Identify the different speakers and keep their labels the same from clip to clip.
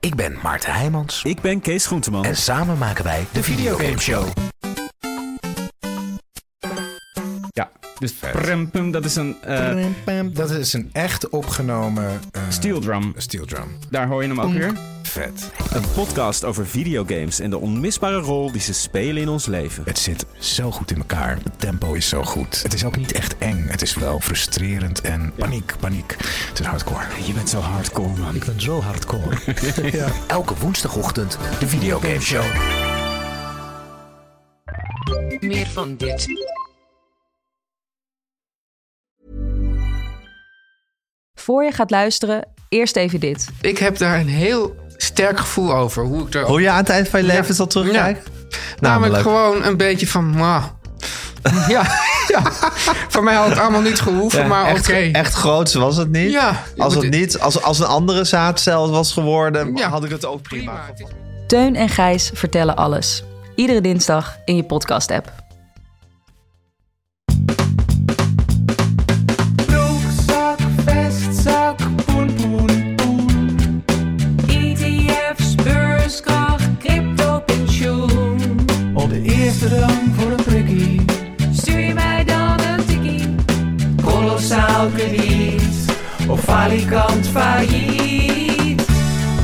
Speaker 1: Ik ben Maarten Heijmans.
Speaker 2: Ik ben Kees Groenteman.
Speaker 1: En samen maken wij de Videogame Show.
Speaker 2: Ja, dus prum, pum, dat is een eh
Speaker 3: Dat is een echt opgenomen eh,
Speaker 2: steel drum.
Speaker 3: steel drum.
Speaker 2: Daar hoor je hem ook weer.
Speaker 3: Vet.
Speaker 2: Een podcast over videogames en de onmisbare rol die ze spelen in ons leven.
Speaker 3: Het zit zo goed in elkaar. Het tempo is zo goed. Het is ook niet echt eng. Het is wel frustrerend en paniek, paniek. Het is hardcore.
Speaker 2: Je bent zo hardcore, man.
Speaker 3: ben zo hardcore.
Speaker 1: Elke woensdagochtend de Videogame Show.
Speaker 4: Meer van dit.
Speaker 5: Voor je gaat luisteren, eerst even dit.
Speaker 6: Ik heb daar een heel sterk gevoel over. Hoe ik er
Speaker 7: Hoe je aan het eind van je leven zal terugkijken? Nou,
Speaker 6: namelijk
Speaker 7: Namelijk.
Speaker 6: gewoon een beetje van. "Mwah." Ja, ja, voor mij had het allemaal niet gehoeven, maar oké.
Speaker 7: echt, echt groots was het niet.
Speaker 6: Ja, je
Speaker 7: als
Speaker 6: moet
Speaker 7: het
Speaker 6: dit-
Speaker 7: niet, als, als een andere zaadcel was geworden,
Speaker 6: Ja.
Speaker 7: had ik het ook prima.
Speaker 6: Prima. Het is-
Speaker 5: Teun en Gijs vertellen alles. Iedere dinsdag in je podcast-app.
Speaker 8: Broekzak, vestzak, poen, poen, poen. E ETF's, beurskracht, crypto, pensioen. Op de eerste rang voor een prikkie. Stuur je mij dan een tikkie. Kolossaal krediet. Of falikant failliet.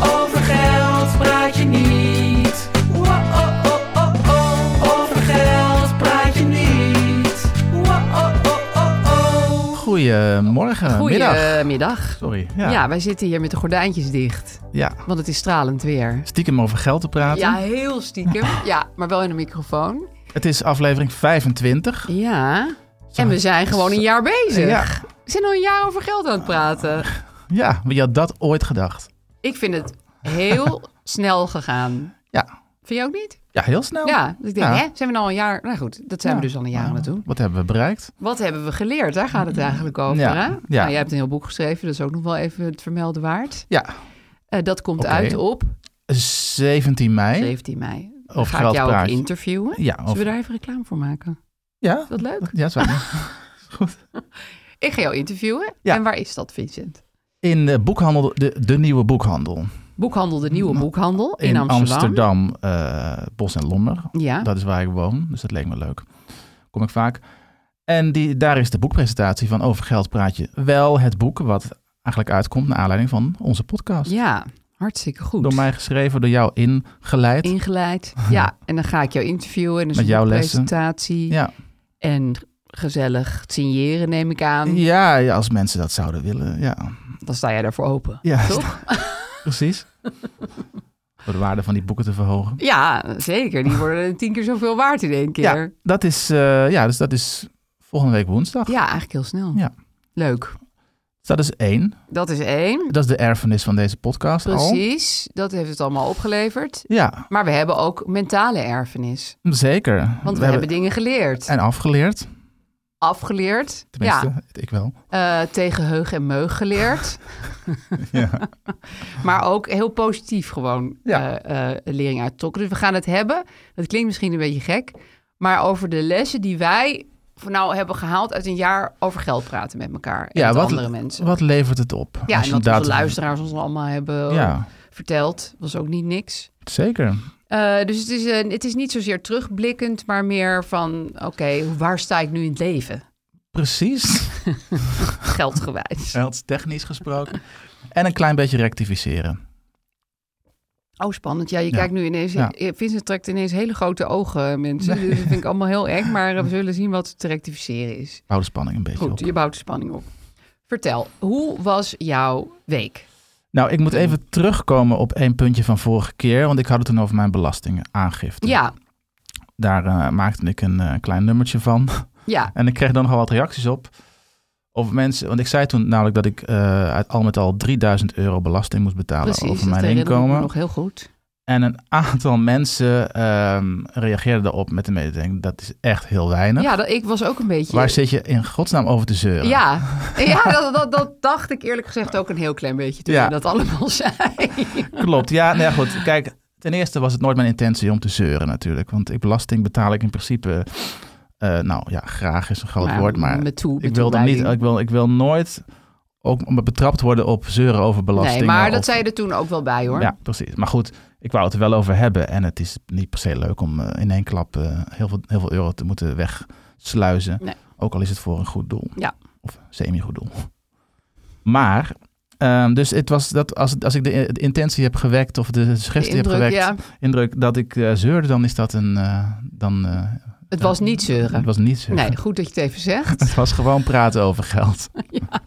Speaker 8: Over geld praat je niet. oh, Wa-oh-oh-oh-oh. oh. Over geld praat je niet. oh, Wa-oh-oh-oh-oh.
Speaker 9: Goedemorgen. Middag.
Speaker 4: Goedemiddag.
Speaker 9: Sorry.
Speaker 4: Eh, Ja.
Speaker 9: Ja. ja.
Speaker 4: wij zitten hier met de gordijntjes dicht. Want het is stralend weer.
Speaker 9: Stiekem over geld te praten.
Speaker 4: Ja, heel stiekem. Ja, maar wel in een microfoon.
Speaker 9: Het is aflevering 25.
Speaker 4: Ja. En we zijn gewoon een jaar bezig.
Speaker 9: Ja.
Speaker 4: We zijn al een jaar over geld aan het praten.
Speaker 9: Ja, wie had dat ooit gedacht?
Speaker 4: Ik vind het heel snel gegaan.
Speaker 9: Ja.
Speaker 4: Vind je ook niet?
Speaker 9: Ja, heel snel.
Speaker 4: Ja. Dus ik denk,
Speaker 9: Ja.
Speaker 4: hè, zijn we nou al een jaar... Nou goed, dat zijn we dus al een jaar aan het doen.
Speaker 9: Wat hebben we bereikt?
Speaker 4: Wat hebben we geleerd? Daar gaat het eigenlijk over.
Speaker 9: Ja,
Speaker 4: Hè?
Speaker 9: ja.
Speaker 4: Nou, jij hebt een heel boek geschreven, dat is ook nog wel even het vermelden waard.
Speaker 9: Ja,
Speaker 4: Eh, dat komt
Speaker 9: Oké.
Speaker 4: uit op
Speaker 9: 17 mei.
Speaker 4: 17 mei. Dan
Speaker 9: Over
Speaker 4: Ga ik jou ook
Speaker 9: geldpraatje.
Speaker 4: interviewen?
Speaker 9: Ja,
Speaker 4: Zullen we
Speaker 9: of-
Speaker 4: daar even reclame voor maken?
Speaker 9: ja,
Speaker 4: Is dat leuk?
Speaker 9: ja, zwaar.
Speaker 4: Ik ga jou interviewen.
Speaker 9: Ja.
Speaker 4: En waar is dat, Vincent?
Speaker 9: In de boekhandel, de, de nieuwe boekhandel.
Speaker 4: Boekhandel De Nieuwe Boekhandel in, Amsterdam.
Speaker 9: Amsterdam, eh, Bos en Lommer.
Speaker 4: Ja.
Speaker 9: Dat is waar ik woon, dus dat leek me leuk. Kom ik vaak. En die, daar is de boekpresentatie van Over Geld Praat je wel het boek wat eigenlijk uitkomt naar aanleiding van onze podcast.
Speaker 4: ja, hartstikke goed.
Speaker 9: Door mij geschreven, door jou ingeleid.
Speaker 4: Ingeleid. Ja, en dan ga ik jou interviewen. En dan
Speaker 9: Met
Speaker 4: is er
Speaker 9: jouw
Speaker 4: een
Speaker 9: lessen.
Speaker 4: presentatie.
Speaker 9: Ja.
Speaker 4: En gezellig signeren, neem ik aan.
Speaker 9: Ja, ja, als mensen dat zouden willen, ja.
Speaker 4: Dan sta jij daarvoor open.
Speaker 9: Ja,
Speaker 4: Toch?
Speaker 9: precies. Door de waarde van die boeken te verhogen.
Speaker 4: Ja, zeker. Die worden tien keer zoveel waard in één keer.
Speaker 9: Ja, dat is, eh, ja, dus dat is volgende week woensdag.
Speaker 4: Ja, eigenlijk heel snel.
Speaker 9: Ja.
Speaker 4: Leuk.
Speaker 9: Dus dat is één.
Speaker 4: Dat is één.
Speaker 9: Dat is de erfenis van deze podcast al.
Speaker 4: Precies. Dat heeft het allemaal opgeleverd.
Speaker 9: Ja,
Speaker 4: Maar we hebben ook mentale erfenis.
Speaker 9: zeker.
Speaker 4: Want we, hebben dingen geleerd.
Speaker 9: En afgeleerd.
Speaker 4: Afgeleerd.
Speaker 9: Eh, Tenminste, ik wel.
Speaker 4: Ja. eh, tegen heug en meug geleerd.
Speaker 9: Ja.
Speaker 4: maar ook heel positief gewoon
Speaker 9: Ja.
Speaker 4: eh, eh, lering uittrokken. Dus we gaan het hebben. Dat klinkt misschien een beetje gek. Maar over de lessen die wij van nou hebben gehaald uit een jaar over geld praten met elkaar. En met andere mensen.
Speaker 9: wat levert het op?
Speaker 4: ja,
Speaker 9: Als
Speaker 4: en
Speaker 9: je
Speaker 4: wat
Speaker 9: inderdaad-
Speaker 4: onze luisteraars ons allemaal hebben eh,
Speaker 9: Ja,
Speaker 4: verteld. Was ook niet niks.
Speaker 9: zeker.
Speaker 4: Eh, dus het is, een, het is niet zozeer terugblikkend, maar meer van: oké, waar sta ik nu in het leven?
Speaker 9: Precies.
Speaker 4: Geldgewijs.
Speaker 9: Heel technisch gesproken. En een klein beetje rectificeren.
Speaker 4: Oh, spannend. Ja, je
Speaker 9: Ja.
Speaker 4: kijkt nu ineens. eh,
Speaker 9: Ja.
Speaker 4: Vincent trekt ineens hele grote ogen, mensen. Dus
Speaker 9: Nee.
Speaker 4: Dat vind ik allemaal heel eng, maar eh, we zullen zien wat te rectificeren is.
Speaker 9: Hou de spanning een beetje
Speaker 4: Goed,
Speaker 9: op.
Speaker 4: je bouwt de spanning op. Vertel, hoe was jouw week?
Speaker 9: Nou, ik moet even terugkomen op één puntje van vorige keer. Want ik had het toen over mijn belastingaangifte.
Speaker 4: Ja,
Speaker 9: Daar eh, maakte ik een eh, klein nummertje van.
Speaker 4: ja,
Speaker 9: En ik kreeg dan nogal wat reacties op. Of mensen, want ik zei toen namelijk dat ik eh, uit al met al 3000 euro belasting moest betalen
Speaker 4: precies.
Speaker 9: over
Speaker 4: dat
Speaker 9: mijn
Speaker 4: herinner ik me
Speaker 9: inkomen.
Speaker 4: Nog heel goed.
Speaker 9: En een aantal mensen ehm reageerden daarop met de mededeling: dat is echt heel weinig.
Speaker 4: Ja, dat, ik was ook een beetje.
Speaker 9: Waar zit je in godsnaam over te zeuren?
Speaker 4: Ja, ja dat, dat, dat dacht ik eerlijk gezegd ook een heel klein beetje toen
Speaker 9: Ja. Nou,
Speaker 4: je dat allemaal zei.
Speaker 9: Klopt. Ja, nee, goed. Kijk, ten eerste was het nooit mijn intentie om te zeuren natuurlijk. Want ik belasting betaal ik in principe. eh, nou ja, graag is een groot woord, maar
Speaker 4: met toe,
Speaker 9: ik wil, dan niet, ik, wil, ik wil nooit ook om betrapt worden op zeuren over belastingen.
Speaker 4: Nee, maar
Speaker 9: of-
Speaker 4: dat zei je er toen ook wel bij hoor.
Speaker 9: Ja, precies. Maar goed, ik wou het er wel over hebben. En het is niet per se leuk om eh, in één klap eh, heel, veel, heel veel euro te moeten wegsluizen.
Speaker 4: Nee.
Speaker 9: Ook al is het voor een goed doel.
Speaker 4: Ja.
Speaker 9: Of semi-goed doel. Maar, ehm, dus het was dat als, als ik de, eh, de intentie heb gewekt of de
Speaker 4: De
Speaker 9: suggestie heb
Speaker 4: indruk,
Speaker 9: gewekt,
Speaker 4: ja.
Speaker 9: indruk dat ik eh, zeurde, dan is dat een. eh, dan, eh,
Speaker 4: Het was niet
Speaker 9: het
Speaker 4: zeuren.
Speaker 9: was niet zeuren.
Speaker 4: Nee, goed dat je het even zegt.
Speaker 9: Het was gewoon praten over geld.
Speaker 4: Ja.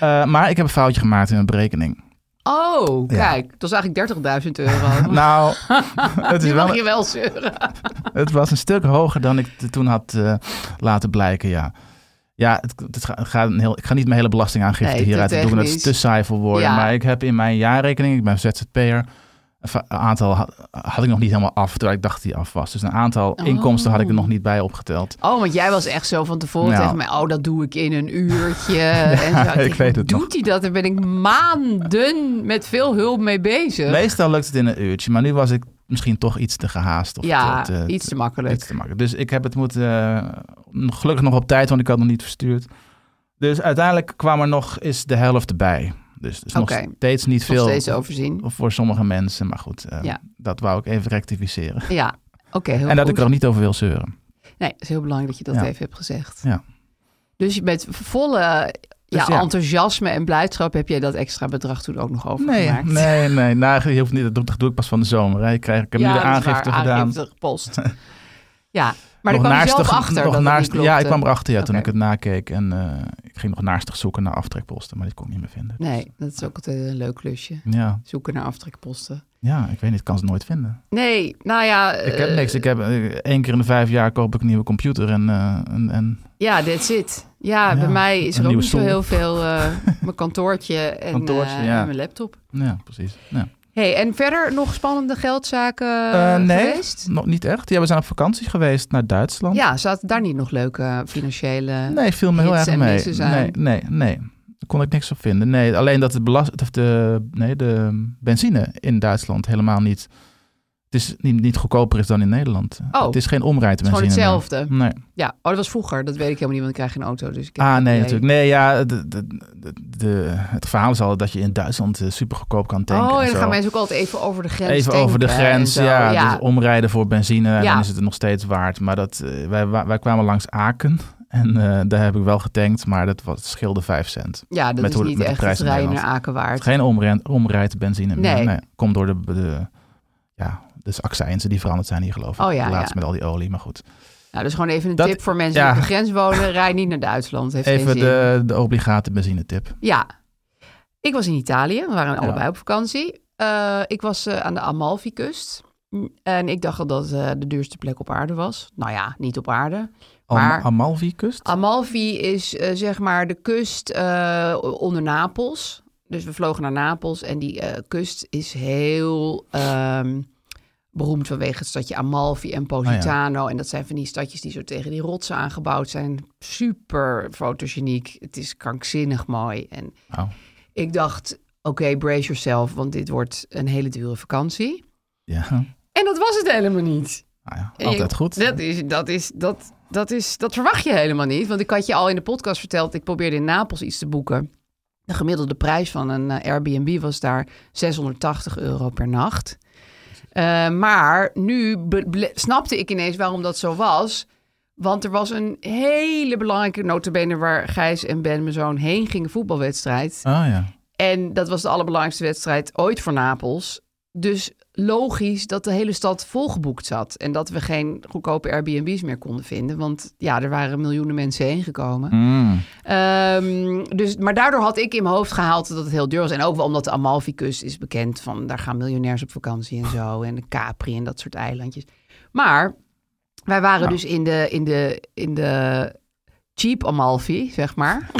Speaker 9: Eh, maar ik heb een foutje gemaakt in mijn berekening.
Speaker 4: Oh,
Speaker 9: Ja.
Speaker 4: kijk. Dat was eigenlijk 30.000 euro.
Speaker 9: Nou, het is
Speaker 4: nu
Speaker 9: wel
Speaker 4: mag je wel zeuren.
Speaker 9: Het was een stuk hoger dan ik t- toen had eh, laten blijken, ja. Ja, het, het ga- het gaat een heel, ik ga niet mijn hele belastingaangifte
Speaker 4: Nee, te
Speaker 9: hieruit doen. Dat is
Speaker 4: technisch.
Speaker 9: te saai voor woorden.
Speaker 4: Ja.
Speaker 9: Maar ik heb in mijn jaarrekening, ik ben ZZP'er, een va- aantal had, had ik nog niet helemaal af, terwijl ik dacht die af was. Dus een aantal
Speaker 4: Oh.
Speaker 9: inkomsten had ik er nog niet bij opgeteld.
Speaker 4: Oh, want jij was echt zo van tevoren
Speaker 9: Nou.
Speaker 4: tegen mij. Oh, dat doe ik in een uurtje. en zo.
Speaker 9: ik
Speaker 4: denk,
Speaker 9: weet het
Speaker 4: doet
Speaker 9: nog.
Speaker 4: hij dat? Daar ben ik maanden met veel hulp mee bezig.
Speaker 9: Meestal lukt het in een uurtje, maar nu was ik misschien toch iets te gehaast. Of
Speaker 4: ja,
Speaker 9: te- te-
Speaker 4: iets te makkelijk.
Speaker 9: Iets te maken. Dus ik heb eh, het moeten. eh, gelukkig nog op tijd, want ik had het nog niet verstuurd. Dus uiteindelijk kwam er nog eens de helft bij. Dus, dus
Speaker 4: Oké.
Speaker 9: nog steeds niet
Speaker 4: Nog
Speaker 9: veel
Speaker 4: steeds overzien.
Speaker 9: voor sommige mensen. Maar goed, eh,
Speaker 4: Ja.
Speaker 9: dat wou ik even rectificeren.
Speaker 4: Ja, oké. heel
Speaker 9: en dat
Speaker 4: goed.
Speaker 9: ik er ook niet over wil zeuren.
Speaker 4: Nee, het is heel belangrijk dat je dat
Speaker 9: Ja.
Speaker 4: even hebt gezegd.
Speaker 9: Ja.
Speaker 4: Dus je bent volle ja,
Speaker 9: Dus ja.
Speaker 4: enthousiasme en blijdschap heb jij dat extra bedrag toen ook nog
Speaker 9: Nee,
Speaker 4: overgemaakt.
Speaker 9: nee, nee. Nou, je hoeft niet, dat doe- dat doe ik pas van de zomer. Hè. Ik, krijg, ik heb
Speaker 4: ja,
Speaker 9: nu de
Speaker 4: dat is
Speaker 9: aangifte
Speaker 4: waar,
Speaker 9: gedaan.
Speaker 4: Aangifte gepost. ja, maar
Speaker 9: nog
Speaker 4: daar kwam je zelf
Speaker 9: naastig-
Speaker 4: achter
Speaker 9: nog
Speaker 4: dat het
Speaker 9: naast-
Speaker 4: niet
Speaker 9: Ja, ik
Speaker 4: klopte.
Speaker 9: kwam erachter ja, toen
Speaker 4: Oké.
Speaker 9: ik het nakeek. En eh, ik ging nog naastig zoeken naar aftrekposten, maar die kon ik niet meer vinden.
Speaker 4: Nee, dat is ook altijd een leuk klusje.
Speaker 9: Ja,
Speaker 4: Zoeken naar aftrekposten.
Speaker 9: ja, ik weet niet, ik kan ze nooit vinden.
Speaker 4: Nee, nou ja.
Speaker 9: Ik heb
Speaker 4: eh,
Speaker 9: niks. Ik heb eh, één keer in de vijf jaar koop ik een nieuwe computer en, eh, en, en
Speaker 4: Ja, that's it. Ja,
Speaker 9: Ja,
Speaker 4: bij mij is
Speaker 9: een
Speaker 4: er ook
Speaker 9: nieuwe
Speaker 4: niet zo
Speaker 9: stoel.
Speaker 4: heel veel. eh, mijn kantoortje en,
Speaker 9: Kantoortje,
Speaker 4: eh,
Speaker 9: ja.
Speaker 4: en mijn laptop.
Speaker 9: ja, precies. Ja.
Speaker 4: hey, en verder nog spannende geldzaken
Speaker 9: Eh, nee,
Speaker 4: geweest?
Speaker 9: nog niet echt. Ja, we zijn op vakantie geweest naar Duitsland.
Speaker 4: Ja, zaten daar niet nog leuke eh, financiële...
Speaker 9: Nee, viel me heel
Speaker 4: Hits
Speaker 9: erg
Speaker 4: en
Speaker 9: mee.
Speaker 4: misses aan.
Speaker 9: Nee, nee, nee. Daar kon ik niks op vinden. Nee, alleen dat de, belast, of de, nee, de benzine in Duitsland helemaal niet, het is niet, niet goedkoper is dan in Nederland.
Speaker 4: Oh.
Speaker 9: het is geen omrijdbenzine.
Speaker 4: Gewoon
Speaker 9: meer.
Speaker 4: hetzelfde.
Speaker 9: Nee.
Speaker 4: Ja, oh, dat was vroeger. Dat weet ik helemaal niet, want ik krijg geen auto. Dus ik heb
Speaker 9: Mm. Ah,
Speaker 4: geen
Speaker 9: nee,
Speaker 4: idee.
Speaker 9: natuurlijk. Nee, ja, de, de, de, de- het verhaal is al dat je in Duitsland super goedkoop kan tanken.
Speaker 4: Oh, en
Speaker 9: en
Speaker 4: dan
Speaker 9: zo.
Speaker 4: gaan mensen ook altijd even over de grens
Speaker 9: Even over de
Speaker 4: dus tanken en
Speaker 9: grens,
Speaker 4: zo.
Speaker 9: ja,
Speaker 4: ja.
Speaker 9: Dus omrijden voor benzine, en
Speaker 4: Ja.
Speaker 9: dan is het het nog steeds waard. Maar dat, eh, wij, wa- wij kwamen langs Aken en eh, daar heb ik wel getankt, maar dat was, scheelde 5 cent.
Speaker 4: Ja, dat
Speaker 9: met
Speaker 4: is
Speaker 9: hoe-
Speaker 4: niet
Speaker 9: met de
Speaker 4: echt
Speaker 9: prijs
Speaker 4: het
Speaker 9: in
Speaker 4: rijden naar
Speaker 9: Nederland.
Speaker 4: Aken waard.
Speaker 9: Geen omren, omrijd benzine meer.
Speaker 4: Nee.
Speaker 9: Komt door de, de, ja, dus accijnzen die veranderd zijn hier geloof ik.
Speaker 4: Oh ja,
Speaker 9: Laatst
Speaker 4: ja.
Speaker 9: met al die olie, maar goed.
Speaker 4: Nou, dus gewoon even een
Speaker 9: Dat-
Speaker 4: tip voor mensen
Speaker 9: ja.
Speaker 4: die op de grens wonen. Rij niet naar Duitsland, heeft geen
Speaker 9: Even
Speaker 4: zin.
Speaker 9: de, de obligate benzinetip.
Speaker 4: Ja. Ik was in Italië. We waren
Speaker 9: Ja.
Speaker 4: allebei op vakantie. Eh, ik was eh, aan de Amalfi-kust. Mm, En ik dacht al dat eh, de duurste plek op aarde was. Nou ja, niet op aarde.
Speaker 9: Am-
Speaker 4: Maar-
Speaker 9: Amalfi-kust?
Speaker 4: Amalfi is eh, zeg maar de kust eh, onder Napels. Dus we vlogen naar Napels en die eh, kust is heel ehm, beroemd vanwege het stadje Amalfi en Positano. En dat zijn van die stadjes die zo tegen die rotsen aangebouwd zijn. Super fotogeniek. Het is krankzinnig mooi. En
Speaker 9: Wauw.
Speaker 4: ik dacht, oké, brace yourself, want dit wordt een hele dure vakantie.
Speaker 9: Ja,
Speaker 4: En dat was het helemaal niet.
Speaker 9: nou ja,
Speaker 4: En
Speaker 9: altijd
Speaker 4: ik-
Speaker 9: goed.
Speaker 4: Dat is, dat is, dat, dat is, dat verwacht je helemaal niet. Want ik had je al in de podcast verteld, ik probeerde in Napels iets te boeken. De gemiddelde prijs van een eh, Airbnb was daar 680 euro per nacht. Eh, maar nu be- ble- snapte ik ineens waarom dat zo was. Want er was een hele belangrijke notabene waar Gijs en Ben, mijn zoon, heen gingen voetbalwedstrijd.
Speaker 9: Oh ja.
Speaker 4: En dat was de allerbelangrijkste wedstrijd ooit voor Napels. Dus logisch dat de hele stad volgeboekt zat. En dat we geen goedkope Airbnbs meer konden vinden. Want ja, er waren miljoenen mensen heen gekomen.
Speaker 9: Mm.
Speaker 4: Ehm, dus, maar daardoor had ik in mijn hoofd gehaald dat het heel duur was. En ook wel omdat de Amalfi-kust is bekend van... daar gaan miljonairs op vakantie en zo. En de Capri en dat soort eilandjes. Maar wij waren
Speaker 9: Nou.
Speaker 4: dus in eh, de, in, de, in de cheap Amalfi, zeg maar.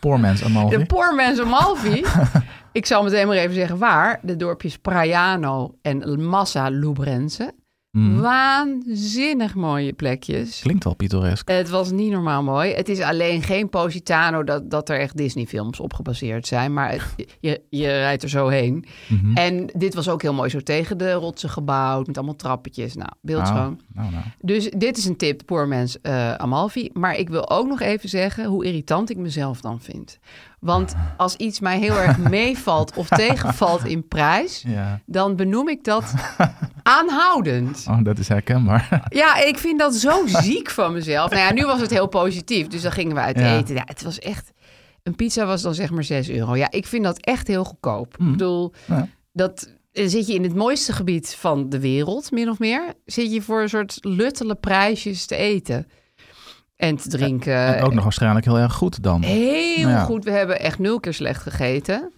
Speaker 9: Poor man's Amalfi.
Speaker 4: De poor man's Amalfi. ik zal meteen maar even zeggen waar. De dorpjes Praiano en Massa Lubrense.
Speaker 9: Mhm.
Speaker 4: Waanzinnig mooie plekjes.
Speaker 9: Klinkt wel pittoresk.
Speaker 4: Het was niet normaal mooi. Het is alleen geen Positano dat, dat er echt Disney-films op gebaseerd zijn. Maar het- je, je rijdt er zo heen.
Speaker 9: Mhm.
Speaker 4: En dit was ook heel mooi zo tegen de rotsen gebouwd. Met allemaal trappetjes. Nou, beeldschoon.
Speaker 9: Nou, nou, nou.
Speaker 4: Dus dit is een tip, poor man's eh, Amalfi. Maar ik wil ook nog even zeggen hoe irritant ik mezelf dan vind. Want als iets mij heel erg meevalt of tegenvalt in prijs...
Speaker 9: Ja.
Speaker 4: dan benoem ik dat aanhoudend.
Speaker 9: Oh, dat is herkenbaar.
Speaker 4: Ja, ik vind dat zo ziek van mezelf. Nou ja, nu was het heel positief, dus dan gingen we uit
Speaker 9: Ja.
Speaker 4: eten. Ja, het was echt... Een pizza was dan zeg maar 6 euro. Ja, ik vind dat echt heel goedkoop. Ik bedoel,
Speaker 9: Mhm. Ja.
Speaker 4: dat eh, zit je in het mooiste gebied van de wereld, min of meer. Zit je voor een soort luttele prijsjes te eten en te drinken.
Speaker 9: en ook nog waarschijnlijk heel erg goed dan.
Speaker 4: eh. Heel
Speaker 9: Ja.
Speaker 4: goed. We hebben echt nul keer slecht gegeten.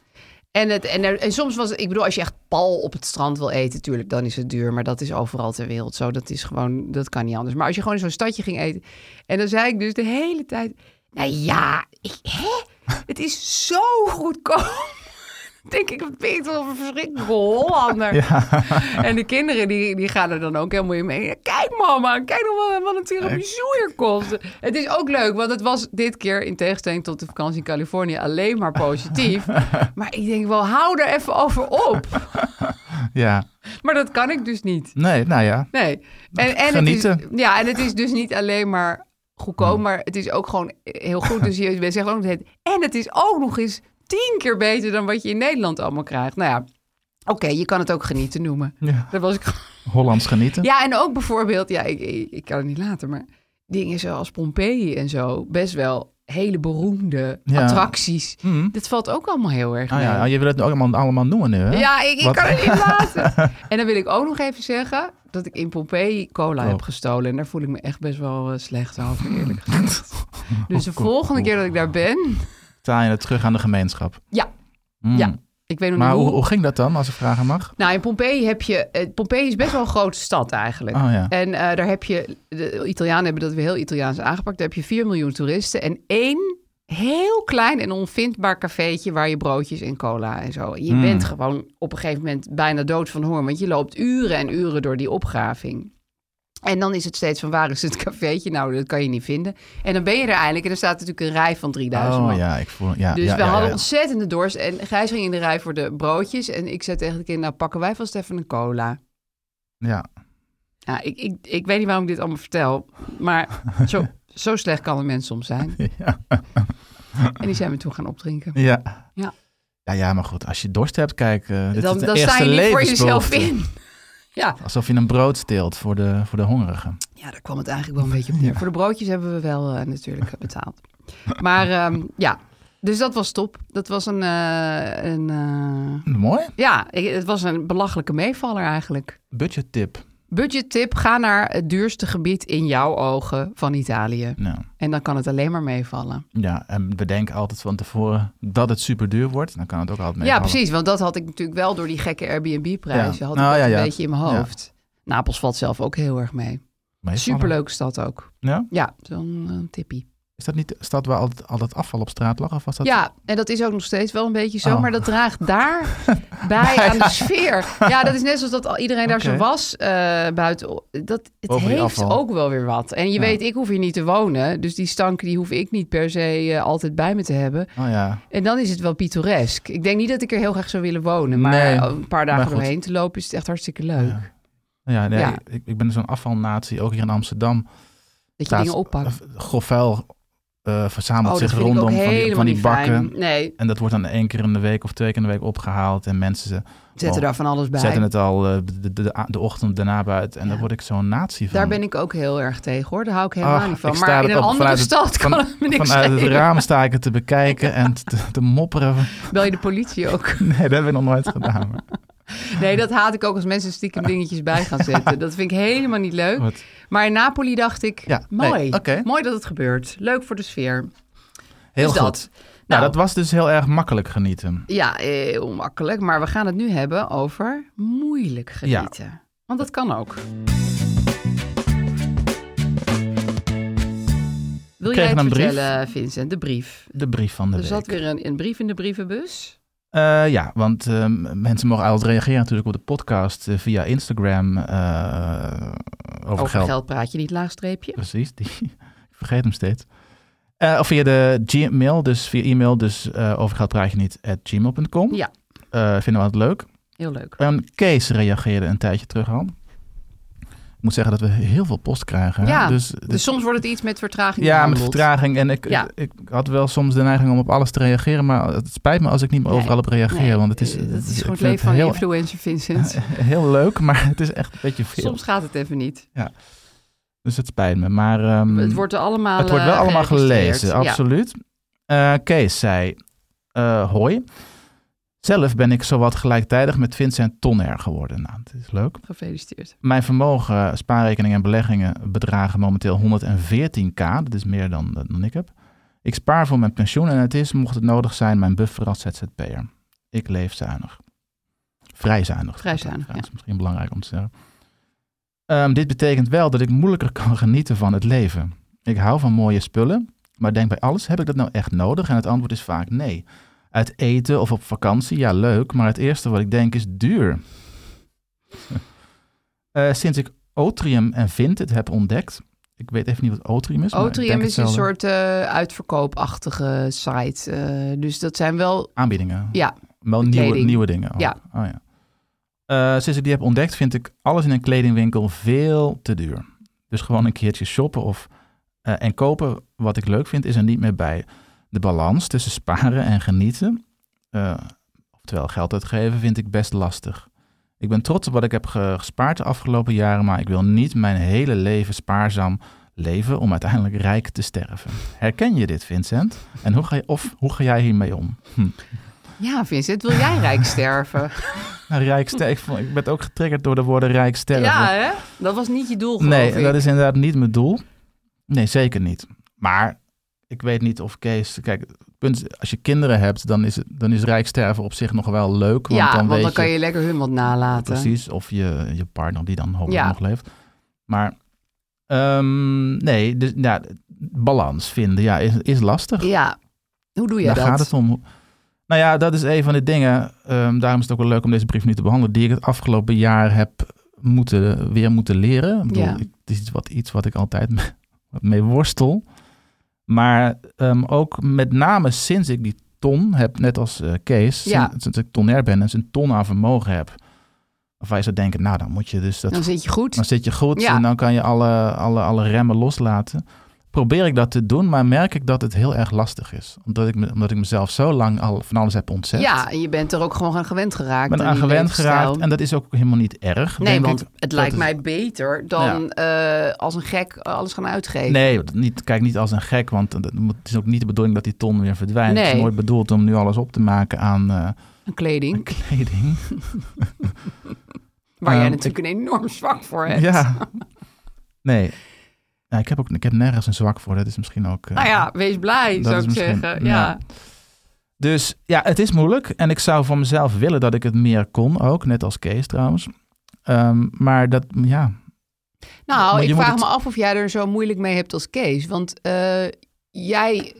Speaker 4: En, het, en, er- en soms was het, ik bedoel, als je echt pal op het strand wil eten, natuurlijk, dan is het duur. Maar dat is overal ter wereld zo. Dat is gewoon, dat kan niet anders. Maar als je gewoon in zo'n stadje ging eten. En dan zei ik dus de hele tijd: Nou ja, ik, hè? het is zo goedkoop. Dan Denk ik, wat ben je toch een verschrikkelijke Hollander. En de kinderen die, die gaan er dan ook helemaal in mee. Kijk mama, kijk nog wat, wat een tiramisu hier kost. Het is ook leuk, want het was dit keer in tegenstelling tot de vakantie in Californië alleen maar positief. Maar ik denk wel, hou er even over op.
Speaker 9: Ja.
Speaker 4: Maar dat kan ik dus niet.
Speaker 9: Nee, nou ja.
Speaker 4: Nee. En, en Het
Speaker 9: Genieten. Hmm.
Speaker 4: is, ja, en het is dus niet alleen maar goedkoop, maar het is ook gewoon heel goed. Dus je zegt ook nog het. En het is ook nog eens tien keer beter dan wat je in Nederland allemaal krijgt. Nou ja, oké, je kan het ook genieten noemen.
Speaker 9: ja.
Speaker 4: Dat was ik
Speaker 9: Hollands genieten.
Speaker 4: ja, en ook bijvoorbeeld, ja, ik, ik, ik kan het niet laten, maar dingen zoals Pompeii en zo, best wel hele beroemde
Speaker 9: Ja.
Speaker 4: attracties.
Speaker 9: Mhm.
Speaker 4: Dat valt ook allemaal heel erg
Speaker 9: Ah,
Speaker 4: mee.
Speaker 9: ja. oh, je wil het ook allemaal, allemaal noemen nu, hè?
Speaker 4: Ja, ik, ik
Speaker 9: Wat?
Speaker 4: kan het niet laten. En dan wil ik ook nog even zeggen dat ik in Pompeii cola
Speaker 9: Oh.
Speaker 4: heb gestolen. En daar voel ik me echt best wel eh, slecht over, eerlijk gezegd. Dus de volgende keer dat ik daar ben,
Speaker 9: Taal je het terug aan de gemeenschap.
Speaker 4: ja,
Speaker 9: Mm.
Speaker 4: Ja. ik weet nog
Speaker 9: Maar
Speaker 4: niet
Speaker 9: hoe, hoe ging dat dan, als ik vragen mag?
Speaker 4: Nou, in Pompeii heb je... eh, Pompeii is best wel een grote stad eigenlijk.
Speaker 9: Oh ja.
Speaker 4: En eh, daar heb je... De Italianen hebben dat weer heel Italiaans aangepakt. Daar heb je 4 miljoen toeristen en één heel klein en onvindbaar cafeetje... waar je broodjes en cola en zo...
Speaker 9: Hmm.
Speaker 4: Je bent gewoon op een gegeven moment bijna dood van honger... want je loopt uren en uren door die opgraving. En dan is het steeds van waar is het cafeetje? Nou, dat kan je niet vinden. En dan ben je er eindelijk en er staat natuurlijk een rij van 3000
Speaker 9: Oh
Speaker 4: man.
Speaker 9: ja, ik voel... Ja,
Speaker 4: Dus
Speaker 9: ja,
Speaker 4: we
Speaker 9: ja, ja,
Speaker 4: hadden
Speaker 9: ja.
Speaker 4: ontzettende dorst. En Gijs ging in de rij voor de broodjes. En ik zei tegen de kinderen, nou pakken wij vast even een cola.
Speaker 9: Ja.
Speaker 4: Nou, ik, ik, ik weet niet waarom ik dit allemaal vertel. Maar zo, zo slecht kan een mens soms zijn.
Speaker 9: Ja.
Speaker 4: En die zijn we toen gaan opdrinken.
Speaker 9: Ja.
Speaker 4: Ja.
Speaker 9: Ja, ja, maar goed, als je dorst hebt, kijk, eh, dit
Speaker 4: Dan,
Speaker 9: is de
Speaker 4: dan
Speaker 9: eerste
Speaker 4: sta je niet voor jezelf
Speaker 9: levensbehoefte.
Speaker 4: in. Ja.
Speaker 9: Alsof je een brood steelt voor de, voor de hongerigen.
Speaker 4: ja, daar kwam het eigenlijk wel een beetje op neer. Voor de broodjes hebben we wel eh, natuurlijk betaald. Maar ehm, ja, dus dat was top. Dat was een... eh, een eh,
Speaker 9: Mooi.
Speaker 4: ja, ik- het was een belachelijke meevaller eigenlijk.
Speaker 9: Budgettip.
Speaker 4: Budgettip, ga naar het duurste gebied in jouw ogen van Italië.
Speaker 9: Nou,
Speaker 4: En dan kan het alleen maar meevallen.
Speaker 9: ja, en bedenk altijd van tevoren dat het super duur wordt. Dan kan het ook altijd mee.
Speaker 4: Ja, precies. Want dat had ik natuurlijk wel door die gekke Airbnb-prijzen.
Speaker 9: Ja.
Speaker 4: Had
Speaker 9: Nou,
Speaker 4: ik dat
Speaker 9: ja,
Speaker 4: een
Speaker 9: ja.
Speaker 4: beetje in mijn
Speaker 9: Ja.
Speaker 4: hoofd. Napels valt zelf ook heel erg mee. Superleuke stad ook.
Speaker 9: Ja?
Speaker 4: Ja, zo'n eh, tippie.
Speaker 9: Is dat niet de stad waar al dat, al dat afval op straat lag? Of was dat...
Speaker 4: Ja, en dat is ook nog steeds wel een beetje zo.
Speaker 9: Oh.
Speaker 4: Maar dat draagt daar bij aan de sfeer. Ja, dat is net zoals dat al iedereen daar
Speaker 9: Oké.
Speaker 4: zo was eh, buiten. Dat, het
Speaker 9: Over die
Speaker 4: heeft
Speaker 9: afval.
Speaker 4: ook wel weer wat. En je
Speaker 9: Ja.
Speaker 4: weet, ik hoef hier niet te wonen. Dus die stank die hoef ik niet per se eh, altijd bij me te hebben.
Speaker 9: Oh ja.
Speaker 4: En dan is het wel pittoresk. Ik denk niet dat ik er heel graag zou willen wonen. Maar
Speaker 9: Nee,
Speaker 4: een paar dagen
Speaker 9: maar goed.
Speaker 4: doorheen te lopen is het echt hartstikke leuk.
Speaker 9: Ja. Nou Ja, nee,
Speaker 4: Ja.
Speaker 9: Ik, ik ben zo'n afvalnatie, ook hier in Amsterdam.
Speaker 4: Dat je
Speaker 9: Staat-
Speaker 4: dingen oppakt.
Speaker 9: Grof vuil eh,
Speaker 4: Oh,
Speaker 9: verzamelt
Speaker 4: dat
Speaker 9: zich
Speaker 4: vind ik ook
Speaker 9: rondom van die,
Speaker 4: helemaal
Speaker 9: van die
Speaker 4: niet
Speaker 9: bakken.
Speaker 4: fijn. Nee,
Speaker 9: En dat wordt dan één keer in de week of twee keer in de week opgehaald. En mensen ze-
Speaker 4: zetten
Speaker 9: Oh.
Speaker 4: daar van alles bij.
Speaker 9: zetten het al eh, de, de, de, de ochtend daarna buiten. En
Speaker 4: Ja.
Speaker 9: daar word ik zo'n natie van.
Speaker 4: Daar ben ik ook heel erg tegen hoor. Daar hou ik helemaal
Speaker 9: Ach,
Speaker 4: niet van.
Speaker 9: ik sta
Speaker 4: Maar
Speaker 9: er
Speaker 4: in een
Speaker 9: ook
Speaker 4: andere
Speaker 9: vanuit het-
Speaker 4: stad kan
Speaker 9: van-
Speaker 4: het me niks
Speaker 9: Vanuit het
Speaker 4: schelen.
Speaker 9: raam sta ik het te bekijken en te, te mopperen.
Speaker 4: Bel je de politie ook.
Speaker 9: Nee, dat heb ik nog nooit gedaan. maar
Speaker 4: Nee, dat haat ik ook als mensen stiekem dingetjes bij gaan zetten. Dat vind ik helemaal niet leuk.
Speaker 9: Goed.
Speaker 4: Maar in Napoli dacht ik,
Speaker 9: Ja, nee,
Speaker 4: mooi.
Speaker 9: oké.
Speaker 4: Mooi dat het gebeurt. Leuk voor de sfeer. Dus
Speaker 9: Heel goed.
Speaker 4: dat.
Speaker 9: Nou,
Speaker 4: Nou,
Speaker 9: dat was dus heel erg makkelijk genieten.
Speaker 4: Ja, eh, heel makkelijk. Maar we gaan het nu hebben over moeilijk genieten. Want dat kan ook. Wil jij
Speaker 9: kregen
Speaker 4: het
Speaker 9: een brief.
Speaker 4: vertellen, Vincent? De brief.
Speaker 9: De brief van de
Speaker 4: Er
Speaker 9: week.
Speaker 4: zat weer een, een brief in de brievenbus.
Speaker 9: Eh, ja, want eh, mensen mogen altijd reageren natuurlijk op de podcast eh, via Instagram eh, over,
Speaker 4: Over
Speaker 9: geld.
Speaker 4: geld. praat je niet, laagstreepje.
Speaker 9: Precies, die, ik vergeet hem steeds. Eh, of via de Gmail, dus via e-mail, dus eh over geld praat je niet, at gmail.com.
Speaker 4: Ja.
Speaker 9: Eh, vinden we altijd leuk.
Speaker 4: Heel leuk.
Speaker 9: En Kees reageerde een tijdje terug al. Ik moet zeggen dat we heel veel post krijgen. hè?
Speaker 4: Ja,
Speaker 9: dus,
Speaker 4: Dus soms wordt het iets met vertraging
Speaker 9: ja, met
Speaker 4: behandeld.
Speaker 9: vertraging. En ik,
Speaker 4: Ja.
Speaker 9: ik had wel soms de neiging om op alles te reageren. Maar het spijt me als ik niet meer
Speaker 4: Nee,
Speaker 9: overal op reageer.
Speaker 4: Nee,
Speaker 9: want het is,
Speaker 4: eh,
Speaker 9: het
Speaker 4: dat
Speaker 9: is-
Speaker 4: is
Speaker 9: ik
Speaker 4: gewoon het
Speaker 9: vind
Speaker 4: leven van een
Speaker 9: heel,
Speaker 4: influencer, Vincent.
Speaker 9: heel leuk, maar het is echt een beetje veel.
Speaker 4: Soms gaat het even niet.
Speaker 9: Dus het spijt me. Maar ehm,
Speaker 4: het wordt er allemaal
Speaker 9: het wordt
Speaker 4: eh,
Speaker 9: wel allemaal
Speaker 4: geregistreerd.
Speaker 9: gelezen,
Speaker 4: Ja.
Speaker 9: absoluut. Eh, Kees zei, eh, hoi. Zelf ben ik zowat gelijktijdig met Vincent Tonner geworden. Nou, dat is leuk.
Speaker 4: Gefeliciteerd.
Speaker 9: Mijn vermogen, spaarrekening en beleggingen bedragen momenteel 114k. Dat is meer dan, eh, dan ik heb. Ik spaar voor mijn pensioen en het is, mocht het nodig zijn, mijn buffer als ZZP'er. Ik leef zuinig. Vrij zuinig.
Speaker 4: Vrij zuinig,
Speaker 9: Dat is misschien belangrijk om te zeggen. Ehm, dit betekent wel dat ik moeilijker kan genieten van het leven. Ik hou van mooie spullen, maar denk bij alles, heb ik dat nou echt nodig? En het antwoord is vaak nee. Uit eten of op vakantie, ja leuk, maar het eerste wat ik denk is duur. Eh, sinds ik Otrium en Vinted heb ontdekt, ik weet even niet wat Otrium is. maar ik
Speaker 4: Otrium
Speaker 9: denk
Speaker 4: is een
Speaker 9: hetzelfde.
Speaker 4: soort eh, uitverkoopachtige site. eh, dus dat zijn wel...
Speaker 9: Aanbiedingen.
Speaker 4: Ja.
Speaker 9: Wel
Speaker 4: Kleding.
Speaker 9: nieuwe, nieuwe dingen. ook.
Speaker 4: Ja.
Speaker 9: Oh, ja. Eh, sinds ik die heb ontdekt, vind ik alles in een kledingwinkel veel te duur. Dus gewoon een keertje shoppen of, eh, en kopen wat ik leuk vind, is er niet meer bij. De balans tussen sparen en genieten, eh, oftewel geld uitgeven, vind ik best lastig. Ik ben trots op wat ik heb ge- gespaard de afgelopen jaren, maar ik wil niet mijn hele leven spaarzaam leven om uiteindelijk rijk te sterven. Herken je dit, Vincent? En hoe ga, je, of, hoe ga jij hiermee om?
Speaker 4: Ja, Vincent, wil jij rijk sterven?
Speaker 9: Nou, Rijk ster- ik, vond- ik werd ook getriggerd door de woorden rijk sterven.
Speaker 4: ja, hè? Dat was niet je doel, geloof
Speaker 9: nee,
Speaker 4: ik.
Speaker 9: dat is inderdaad niet mijn doel. Nee, zeker niet. Maar ik weet niet of Kees... Kijk, het punt is, als je kinderen hebt, dan is, het, dan is rijk sterven op zich nog wel leuk. Want
Speaker 4: ja,
Speaker 9: dan
Speaker 4: want
Speaker 9: weet
Speaker 4: dan kan je lekker hun wat nalaten.
Speaker 9: precies of je, je partner die dan hopelijk
Speaker 4: Ja.
Speaker 9: nog leeft. Maar ehm, nee, dus, ja, balans vinden ja, is, is lastig.
Speaker 4: Ja, hoe doe je
Speaker 9: Daar
Speaker 4: dat?
Speaker 9: gaat het om. Nou ja, dat is een van de dingen. ehm, daarom is het ook wel leuk om deze brief nu te behandelen. Die ik het afgelopen jaar heb moeten, weer moeten leren. Ik bedoel,
Speaker 4: Ja.
Speaker 9: ik- het is iets wat, iets wat ik altijd me- wat mee worstel. Maar ehm, ook met name sinds ik die ton heb, net als eh, Kees.
Speaker 4: Ja.
Speaker 9: Sinds, sinds ik tonair ben en een ton aan vermogen heb. Of wij zou denken, nou dan moet je dus dat
Speaker 4: Dan zit je goed.
Speaker 9: dan zit je goed
Speaker 4: Ja.
Speaker 9: en dan kan je alle, alle, alle remmen loslaten. Probeer ik dat te doen, maar merk ik dat het heel erg lastig is. Omdat ik, me- omdat ik mezelf zo lang al van alles heb ontzet.
Speaker 4: Ja, en je bent er ook gewoon aan gewend geraakt.
Speaker 9: ik ben
Speaker 4: aan
Speaker 9: aan
Speaker 4: die
Speaker 9: gewend
Speaker 4: levensstijl.
Speaker 9: geraakt en dat is ook helemaal niet erg.
Speaker 4: Nee,
Speaker 9: denk
Speaker 4: want
Speaker 9: ik.
Speaker 4: het lijkt
Speaker 9: is-
Speaker 4: mij beter dan eh, als een gek alles gaan uitgeven.
Speaker 9: Nee, niet, kijk niet als een gek, want dat moet- het is ook niet de bedoeling dat die ton weer verdwijnt. Het
Speaker 4: Nee.
Speaker 9: is nooit bedoeld om nu alles op te maken aan eh,
Speaker 4: Aan kleding,
Speaker 9: kleding.
Speaker 4: waar jij
Speaker 9: Ehm,
Speaker 4: natuurlijk een enorm zwak voor hebt.
Speaker 9: Ja. Nee. Ja, ik, heb ook, ik heb nergens een zwak voor, dat is misschien ook... eh,
Speaker 4: Nou ja, wees blij,
Speaker 9: Dat
Speaker 4: zou
Speaker 9: is
Speaker 4: ik
Speaker 9: misschien-
Speaker 4: zeggen. Ja.
Speaker 9: ja. Dus ja, het is moeilijk. En ik zou van mezelf willen dat ik het meer kon ook. Net als Kees trouwens. Ehm, maar dat, ja. Maar
Speaker 4: Nou,
Speaker 9: je
Speaker 4: ik
Speaker 9: moet
Speaker 4: vraag
Speaker 9: het-
Speaker 4: me af of jij er zo moeilijk mee hebt als Kees. Want eh, jij,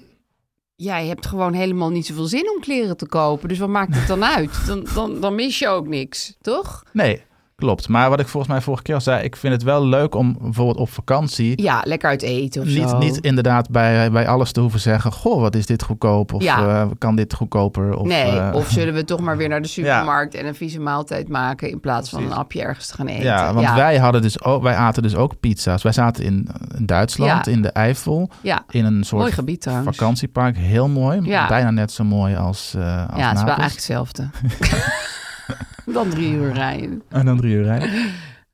Speaker 4: jij hebt gewoon helemaal niet zoveel zin om kleren te kopen. Dus wat maakt het dan uit? Dan, dan, dan mis je ook niks, toch?
Speaker 9: Nee, klopt. Maar wat ik volgens mij vorige keer al zei. Ik vind het wel leuk om bijvoorbeeld op vakantie...
Speaker 4: Ja, lekker uit eten of
Speaker 9: Niet,
Speaker 4: zo.
Speaker 9: niet inderdaad bij, bij alles te hoeven zeggen... Goh, wat is dit goedkoop? Of
Speaker 4: Ja.
Speaker 9: eh, kan dit goedkoper? Of,
Speaker 4: nee,
Speaker 9: eh,
Speaker 4: of zullen we toch maar weer naar de supermarkt en een vieze maaltijd maken... in plaats van een
Speaker 9: Precies.
Speaker 4: hapje ergens te gaan eten.
Speaker 9: Ja, want Wij, hadden dus ook, wij aten dus ook pizza's. Wij zaten in, in Duitsland,
Speaker 4: Ja.
Speaker 9: in de Eifel.
Speaker 4: Ja.
Speaker 9: In een soort
Speaker 4: Mooi gebied trouwens.
Speaker 9: vakantiepark. Heel mooi.
Speaker 4: Ja.
Speaker 9: Bijna net zo mooi als, eh als
Speaker 4: ja, het is wel
Speaker 9: Napels.
Speaker 4: eigenlijk hetzelfde. dan drie uur rijden.
Speaker 9: En dan drie uur rijden.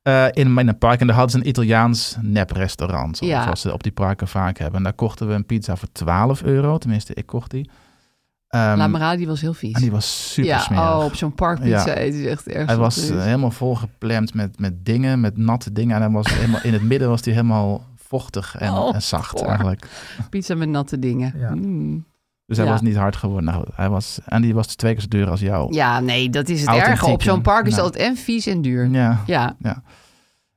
Speaker 9: Eh, in, in een park. En daar hadden ze een Italiaans neprestaurant. Zoals
Speaker 4: Ja.
Speaker 9: ze op die parken vaak hebben. En daar kochten we een pizza voor 12 euro. Tenminste, ik kocht die. Ehm,
Speaker 4: La Merade, die was heel vies.
Speaker 9: en die was super
Speaker 4: ja,
Speaker 9: smerig.
Speaker 4: oh, op zo'n parkpizza
Speaker 9: Ja.
Speaker 4: eten is echt erg.
Speaker 9: Hij was eh,
Speaker 4: fantastisch.
Speaker 9: helemaal volgeplemd met, met dingen, met natte dingen. En hij was helemaal, in het midden was hij helemaal vochtig en,
Speaker 4: Oh,
Speaker 9: en zacht
Speaker 4: goor.
Speaker 9: eigenlijk.
Speaker 4: Pizza met natte dingen.
Speaker 9: Ja.
Speaker 4: Mm.
Speaker 9: Dus hij
Speaker 4: Ja.
Speaker 9: was niet hard geworden. Nou, hij was, en die was twee keer zo duur als jou.
Speaker 4: Ja, nee, dat is het
Speaker 9: Oh. Authentiek,
Speaker 4: erge. Op
Speaker 9: hè?
Speaker 4: zo'n park is
Speaker 9: Nou.
Speaker 4: dat en vies en duur.
Speaker 9: ja.
Speaker 4: Ja,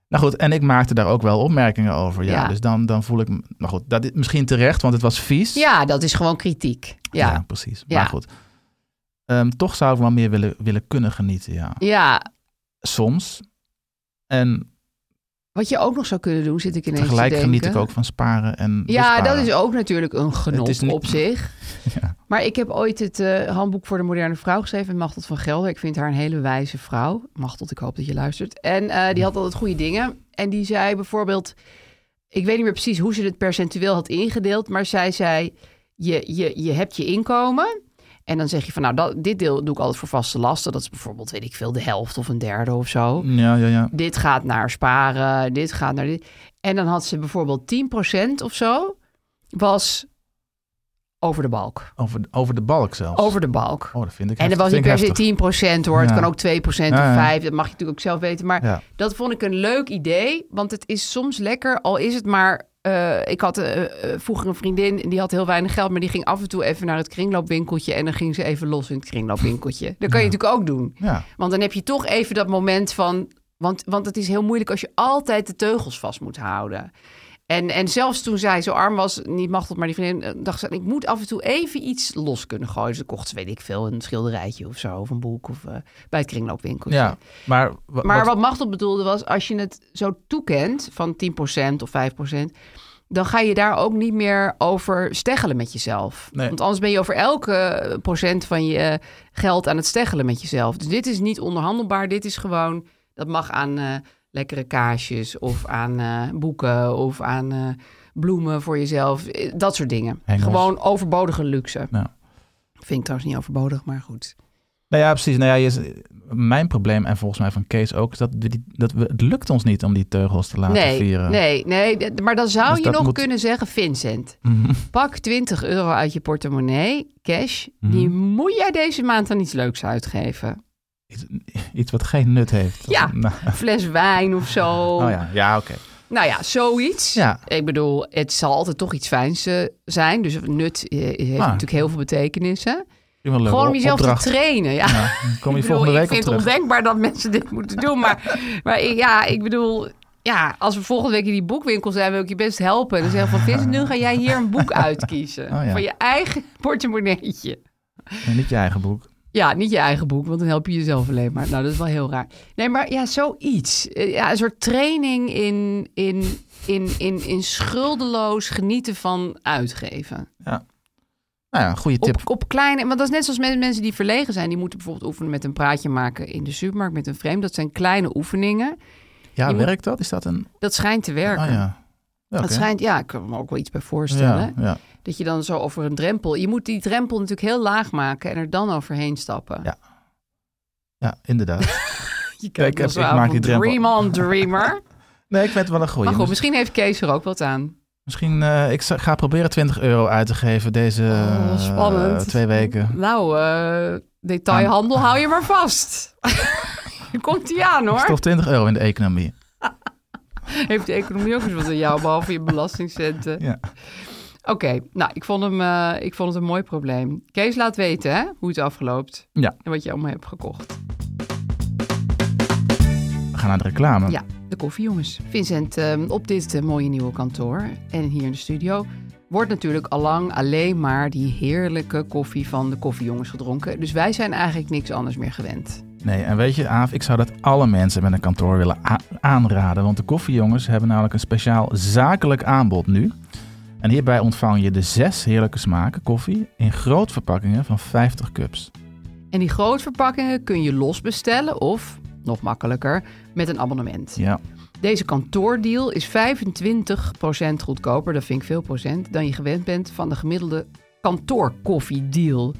Speaker 9: Nou goed, en ik maakte daar ook wel opmerkingen over. Ja,
Speaker 4: Ja.
Speaker 9: dus dan, dan voel ik. me- Nou goed, dat is misschien terecht, want het was vies.
Speaker 4: ja dat is gewoon kritiek. Ja,
Speaker 9: precies.
Speaker 4: Ja.
Speaker 9: Maar goed. Ehm, toch zou ik wel meer willen, willen kunnen genieten, ja.
Speaker 4: Ja,
Speaker 9: Soms. En
Speaker 4: wat je ook nog zou kunnen doen, zit ik ineens te
Speaker 9: tegelijk
Speaker 4: denken.
Speaker 9: geniet ik ook van sparen en
Speaker 4: Ja,
Speaker 9: besparen.
Speaker 4: dat is ook natuurlijk een genot
Speaker 9: Het is niet-
Speaker 4: op zich.
Speaker 9: Ja.
Speaker 4: Maar ik heb ooit het eh, handboek voor de moderne vrouw geschreven met Machteld van Gelder. Ik vind haar een hele wijze vrouw. Machteld, ik hoop dat je luistert. En eh, die had altijd goede dingen. En die zei bijvoorbeeld, ik weet niet meer precies hoe ze het percentueel had ingedeeld, maar zij zei, je, je, je hebt je inkomen. En dan zeg je van, nou, dat, dit deel doe ik altijd voor vaste lasten. Dat is bijvoorbeeld, weet ik veel, de helft of een derde of zo
Speaker 9: Ja, ja, ja.
Speaker 4: dit gaat naar sparen, dit gaat naar dit. En dan had ze bijvoorbeeld 10% of zo was over de balk.
Speaker 9: Over, over de balk zelfs.
Speaker 4: Over de balk.
Speaker 9: Oh, dat vind ik
Speaker 4: En dat
Speaker 9: heftig.
Speaker 4: was niet
Speaker 9: Vind ik
Speaker 4: per
Speaker 9: heftig.
Speaker 4: se 10% hoor. Het
Speaker 9: Ja.
Speaker 4: kan ook 2% of 5%.
Speaker 9: Ja, ja.
Speaker 4: Dat mag je natuurlijk ook zelf weten. Maar
Speaker 9: Ja.
Speaker 4: dat vond ik een leuk idee. Want het is soms lekker, al is het maar... eh, ik had eh, eh, vroeger een vriendin, die had heel weinig geld... maar die ging af en toe even naar het kringloopwinkeltje... en dan ging ze even los in het kringloopwinkeltje. Dat kan je natuurlijk ook doen.
Speaker 9: Ja.
Speaker 4: Want dan heb je toch even dat moment van. Want, want het is heel moeilijk als je altijd de teugels vast moet houden. En, en zelfs toen zij zo arm was, niet Machteld, maar die vriendin, eh, dacht ze... ik moet af en toe even iets los kunnen gooien. Dus dan kocht ze, weet ik veel, een schilderijtje of zo... of een boek of eh, bij het kringloopwinkeltje.
Speaker 9: ja, maar, wa-
Speaker 4: Maar
Speaker 9: wat-
Speaker 4: wat Machtel bedoelde was, als je het zo toekent van 10% of 5%, dan ga je daar ook niet meer over steggelen met jezelf.
Speaker 9: Nee.
Speaker 4: Want anders ben je over elke eh, procent van je eh, geld aan het steggelen met jezelf. Dus dit is niet onderhandelbaar. Dit is gewoon, dat mag aan eh, lekkere kaasjes of aan eh, boeken of aan eh, bloemen voor jezelf. Eh, Dat soort dingen.
Speaker 9: Hengels. Nou.
Speaker 4: Gewoon overbodige luxe.
Speaker 9: Ja.
Speaker 4: Vind ik trouwens niet overbodig, maar goed.
Speaker 9: Nou ja, precies. Nou ja, je- mijn probleem, en volgens mij van Kees ook, is dat, we die, dat we, het lukt ons niet om die teugels te laten
Speaker 4: nee,
Speaker 9: vieren.
Speaker 4: nee, nee. d- Maar dan zou
Speaker 9: Dus
Speaker 4: je
Speaker 9: dat
Speaker 4: nog
Speaker 9: moet-
Speaker 4: kunnen zeggen, Vincent...
Speaker 9: Mhm.
Speaker 4: Pak 20 euro uit je portemonnee, cash.
Speaker 9: Mhm.
Speaker 4: Die moet jij deze maand aan iets leuks uitgeven.
Speaker 9: Iets, iets wat geen nut heeft.
Speaker 4: Ja.
Speaker 9: Nou,
Speaker 4: Een fles wijn of zo.
Speaker 9: oh ja, ja oké.
Speaker 4: Nou ja, zoiets.
Speaker 9: Ja.
Speaker 4: Ik bedoel, het zal altijd toch iets fijns eh, zijn. Dus nut eh, heeft
Speaker 9: Maar-
Speaker 4: natuurlijk heel veel betekenissen.
Speaker 9: Vind ik wel een leuke
Speaker 4: Gewoon om jezelf
Speaker 9: Ah. opdracht.
Speaker 4: te trainen. Ja.
Speaker 9: Ja, dan kom
Speaker 4: Ik bedoel,
Speaker 9: je volgende
Speaker 4: ik
Speaker 9: week op
Speaker 4: vind het
Speaker 9: terug.
Speaker 4: ondenkbaar dat mensen dit moeten doen. Maar, maar ik- ja, ik bedoel... Ja, als we volgende week in die boekwinkel zijn, wil ik je best helpen. Dan zeggen we van, Vincent, nu ga jij hier een boek uitkiezen.
Speaker 9: Oh ja.
Speaker 4: Van je eigen portemonneetje.
Speaker 9: En niet je eigen boek.
Speaker 4: Ja, niet je eigen boek, want dan help je jezelf alleen maar. Nou, dat is wel heel raar. Nee, maar ja, zoiets. Eh, Ja, een soort training in, in, in, in, in schuldeloos genieten van uitgeven.
Speaker 9: Nou ja, een goede tip.
Speaker 4: Op, op kleine, want dat is net zoals met mensen die verlegen zijn. Die moeten bijvoorbeeld oefenen met een praatje maken in de supermarkt met een vreemde. Dat zijn kleine oefeningen.
Speaker 9: ja,
Speaker 4: je moet-
Speaker 9: werkt dat? Is dat een...
Speaker 4: Dat schijnt te werken.
Speaker 9: Ah ja. Ja,
Speaker 4: Dat
Speaker 9: oké.
Speaker 4: schijnt, ja, ik kan me ook wel iets bij voorstellen.
Speaker 9: ja, ja.
Speaker 4: Dat je dan zo over een drempel... Je moet die drempel natuurlijk heel laag maken en er dan overheen stappen.
Speaker 9: Ja. ja, inderdaad.
Speaker 4: Je
Speaker 9: Ja, ik
Speaker 4: kijkt wel
Speaker 9: heb-
Speaker 4: zo
Speaker 9: ik
Speaker 4: aan
Speaker 9: maak
Speaker 4: van
Speaker 9: die drempel. Oh,
Speaker 4: Dream on, dreamer.
Speaker 9: Nee, ik vind het wel een goede.
Speaker 4: Maar goed, misschien heeft Kees er ook wat aan.
Speaker 9: Misschien, eh, ik za- ga proberen 20 euro uit te geven deze
Speaker 4: Oh, spannend.
Speaker 9: eh, twee weken.
Speaker 4: Nou, eh, detailhandel, hou je maar vast. Nu komt hij aan
Speaker 9: Er is
Speaker 4: hoor.
Speaker 9: toch 20 euro in de economie.
Speaker 4: Heeft de economie ook eens wat aan jou, behalve je belastingcenten.
Speaker 9: Ja.
Speaker 4: Oké, nou, ik vond, hem, eh, ik vond het een mooi probleem. Kees, laat weten hè, hoe het afloopt.
Speaker 9: Ja.
Speaker 4: En wat je allemaal hebt gekocht.
Speaker 9: We gaan naar de reclame.
Speaker 4: Ja, de koffie, jongens. Vincent, eh, op dit eh, mooie nieuwe kantoor en hier in de studio... wordt natuurlijk allang alleen maar die heerlijke koffie van de koffiejongens gedronken. Dus wij zijn eigenlijk niks anders meer gewend.
Speaker 9: Nee, en weet je, Aaf, ik zou dat alle mensen met een kantoor willen a- aanraden. Want de koffiejongens hebben namelijk een speciaal zakelijk aanbod nu. En hierbij ontvang je de zes heerlijke smaken koffie in grootverpakkingen van 50 cups.
Speaker 4: En die grootverpakkingen kun je los bestellen of, nog makkelijker, met een abonnement.
Speaker 9: Ja,
Speaker 4: Deze kantoordeal is 25% goedkoper, dat vind ik veel procent, dan je gewend bent van de gemiddelde kantoorkoffiedeal.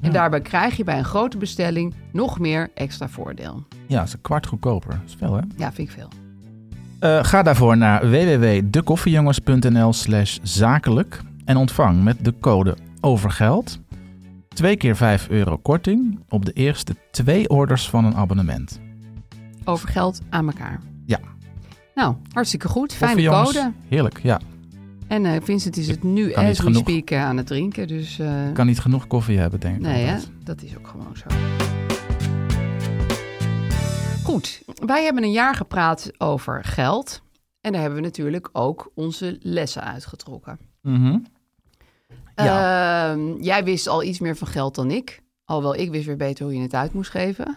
Speaker 4: En daarbij krijg je bij een grote bestelling nog meer extra voordeel.
Speaker 9: ja dat is een kwart goedkoper. Dat is veel, hè?
Speaker 4: Ja, vind ik veel.
Speaker 9: Eh, ga daarvoor naar www.dekoffiejongens.nl slash zakelijk en ontvang met de code OVERGELD 2 keer 5 euro korting op de eerste twee orders van een abonnement.
Speaker 4: Over geld aan elkaar.
Speaker 9: Ja.
Speaker 4: Nou, hartstikke goed. Fijne
Speaker 9: Koffiejongens,
Speaker 4: code.
Speaker 9: Heerlijk, ja.
Speaker 4: En eh, Vincent is het nu
Speaker 9: kan niet
Speaker 4: as we
Speaker 9: genoeg.
Speaker 4: speak eh, aan het drinken, dus... eh,
Speaker 9: Ik kan niet genoeg koffie hebben, denk ik.
Speaker 4: Nee, hè?
Speaker 9: altijd.
Speaker 4: dat is ook gewoon zo. Goed, wij hebben een jaar gepraat over geld. En daar hebben we natuurlijk ook onze lessen uitgetrokken.
Speaker 9: Mhm. Ja.
Speaker 4: Ehm, jij wist al iets meer van geld dan ik. Alhoewel, ik wist weer beter hoe je het uit moest geven.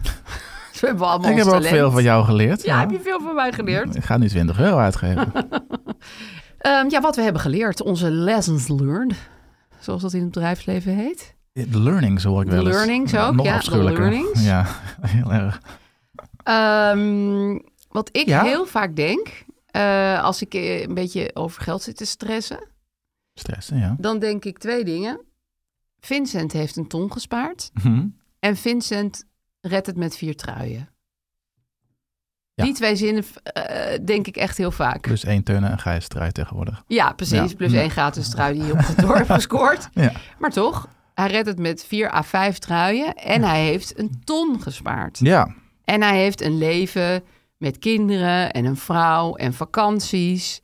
Speaker 4: Dus we hebben allemaal
Speaker 9: Ik heb
Speaker 4: ons
Speaker 9: ook
Speaker 4: talent.
Speaker 9: veel van jou geleerd.
Speaker 4: Ja, heb je veel van mij geleerd?
Speaker 9: Ik ga nu 20 euro uitgeven.
Speaker 4: Ehm, ja, wat we hebben geleerd. Onze lessons learned. Zoals dat in het bedrijfsleven heet.
Speaker 9: De learnings hoor ik
Speaker 4: De
Speaker 9: wel eens.
Speaker 4: learnings
Speaker 9: Ja,
Speaker 4: ook,
Speaker 9: nog
Speaker 4: ja, de
Speaker 9: afschuwelijker.
Speaker 4: learnings.
Speaker 9: Ja, heel erg.
Speaker 4: Ehm, wat ik
Speaker 9: Ja?
Speaker 4: heel vaak denk, eh, als ik eh, een beetje over geld zit te stressen,
Speaker 9: Stressen, ja.
Speaker 4: dan denk ik twee dingen. Vincent heeft een ton gespaard
Speaker 9: Hm.
Speaker 4: en Vincent redt het met vier truien.
Speaker 9: Ja.
Speaker 4: Die twee zinnen eh, denk ik echt heel vaak.
Speaker 9: Plus één teunen en Gijs eruit tegenwoordig.
Speaker 4: ja, precies.
Speaker 9: Ja. Mm.
Speaker 4: Plus één gratis trui die hij op kantoor heeft gescoord.
Speaker 9: Ja.
Speaker 4: Maar toch, hij redt het met vier à vijf truien en hij heeft een ton gespaard.
Speaker 9: Ja,
Speaker 4: En hij heeft een leven met kinderen en een vrouw en vakanties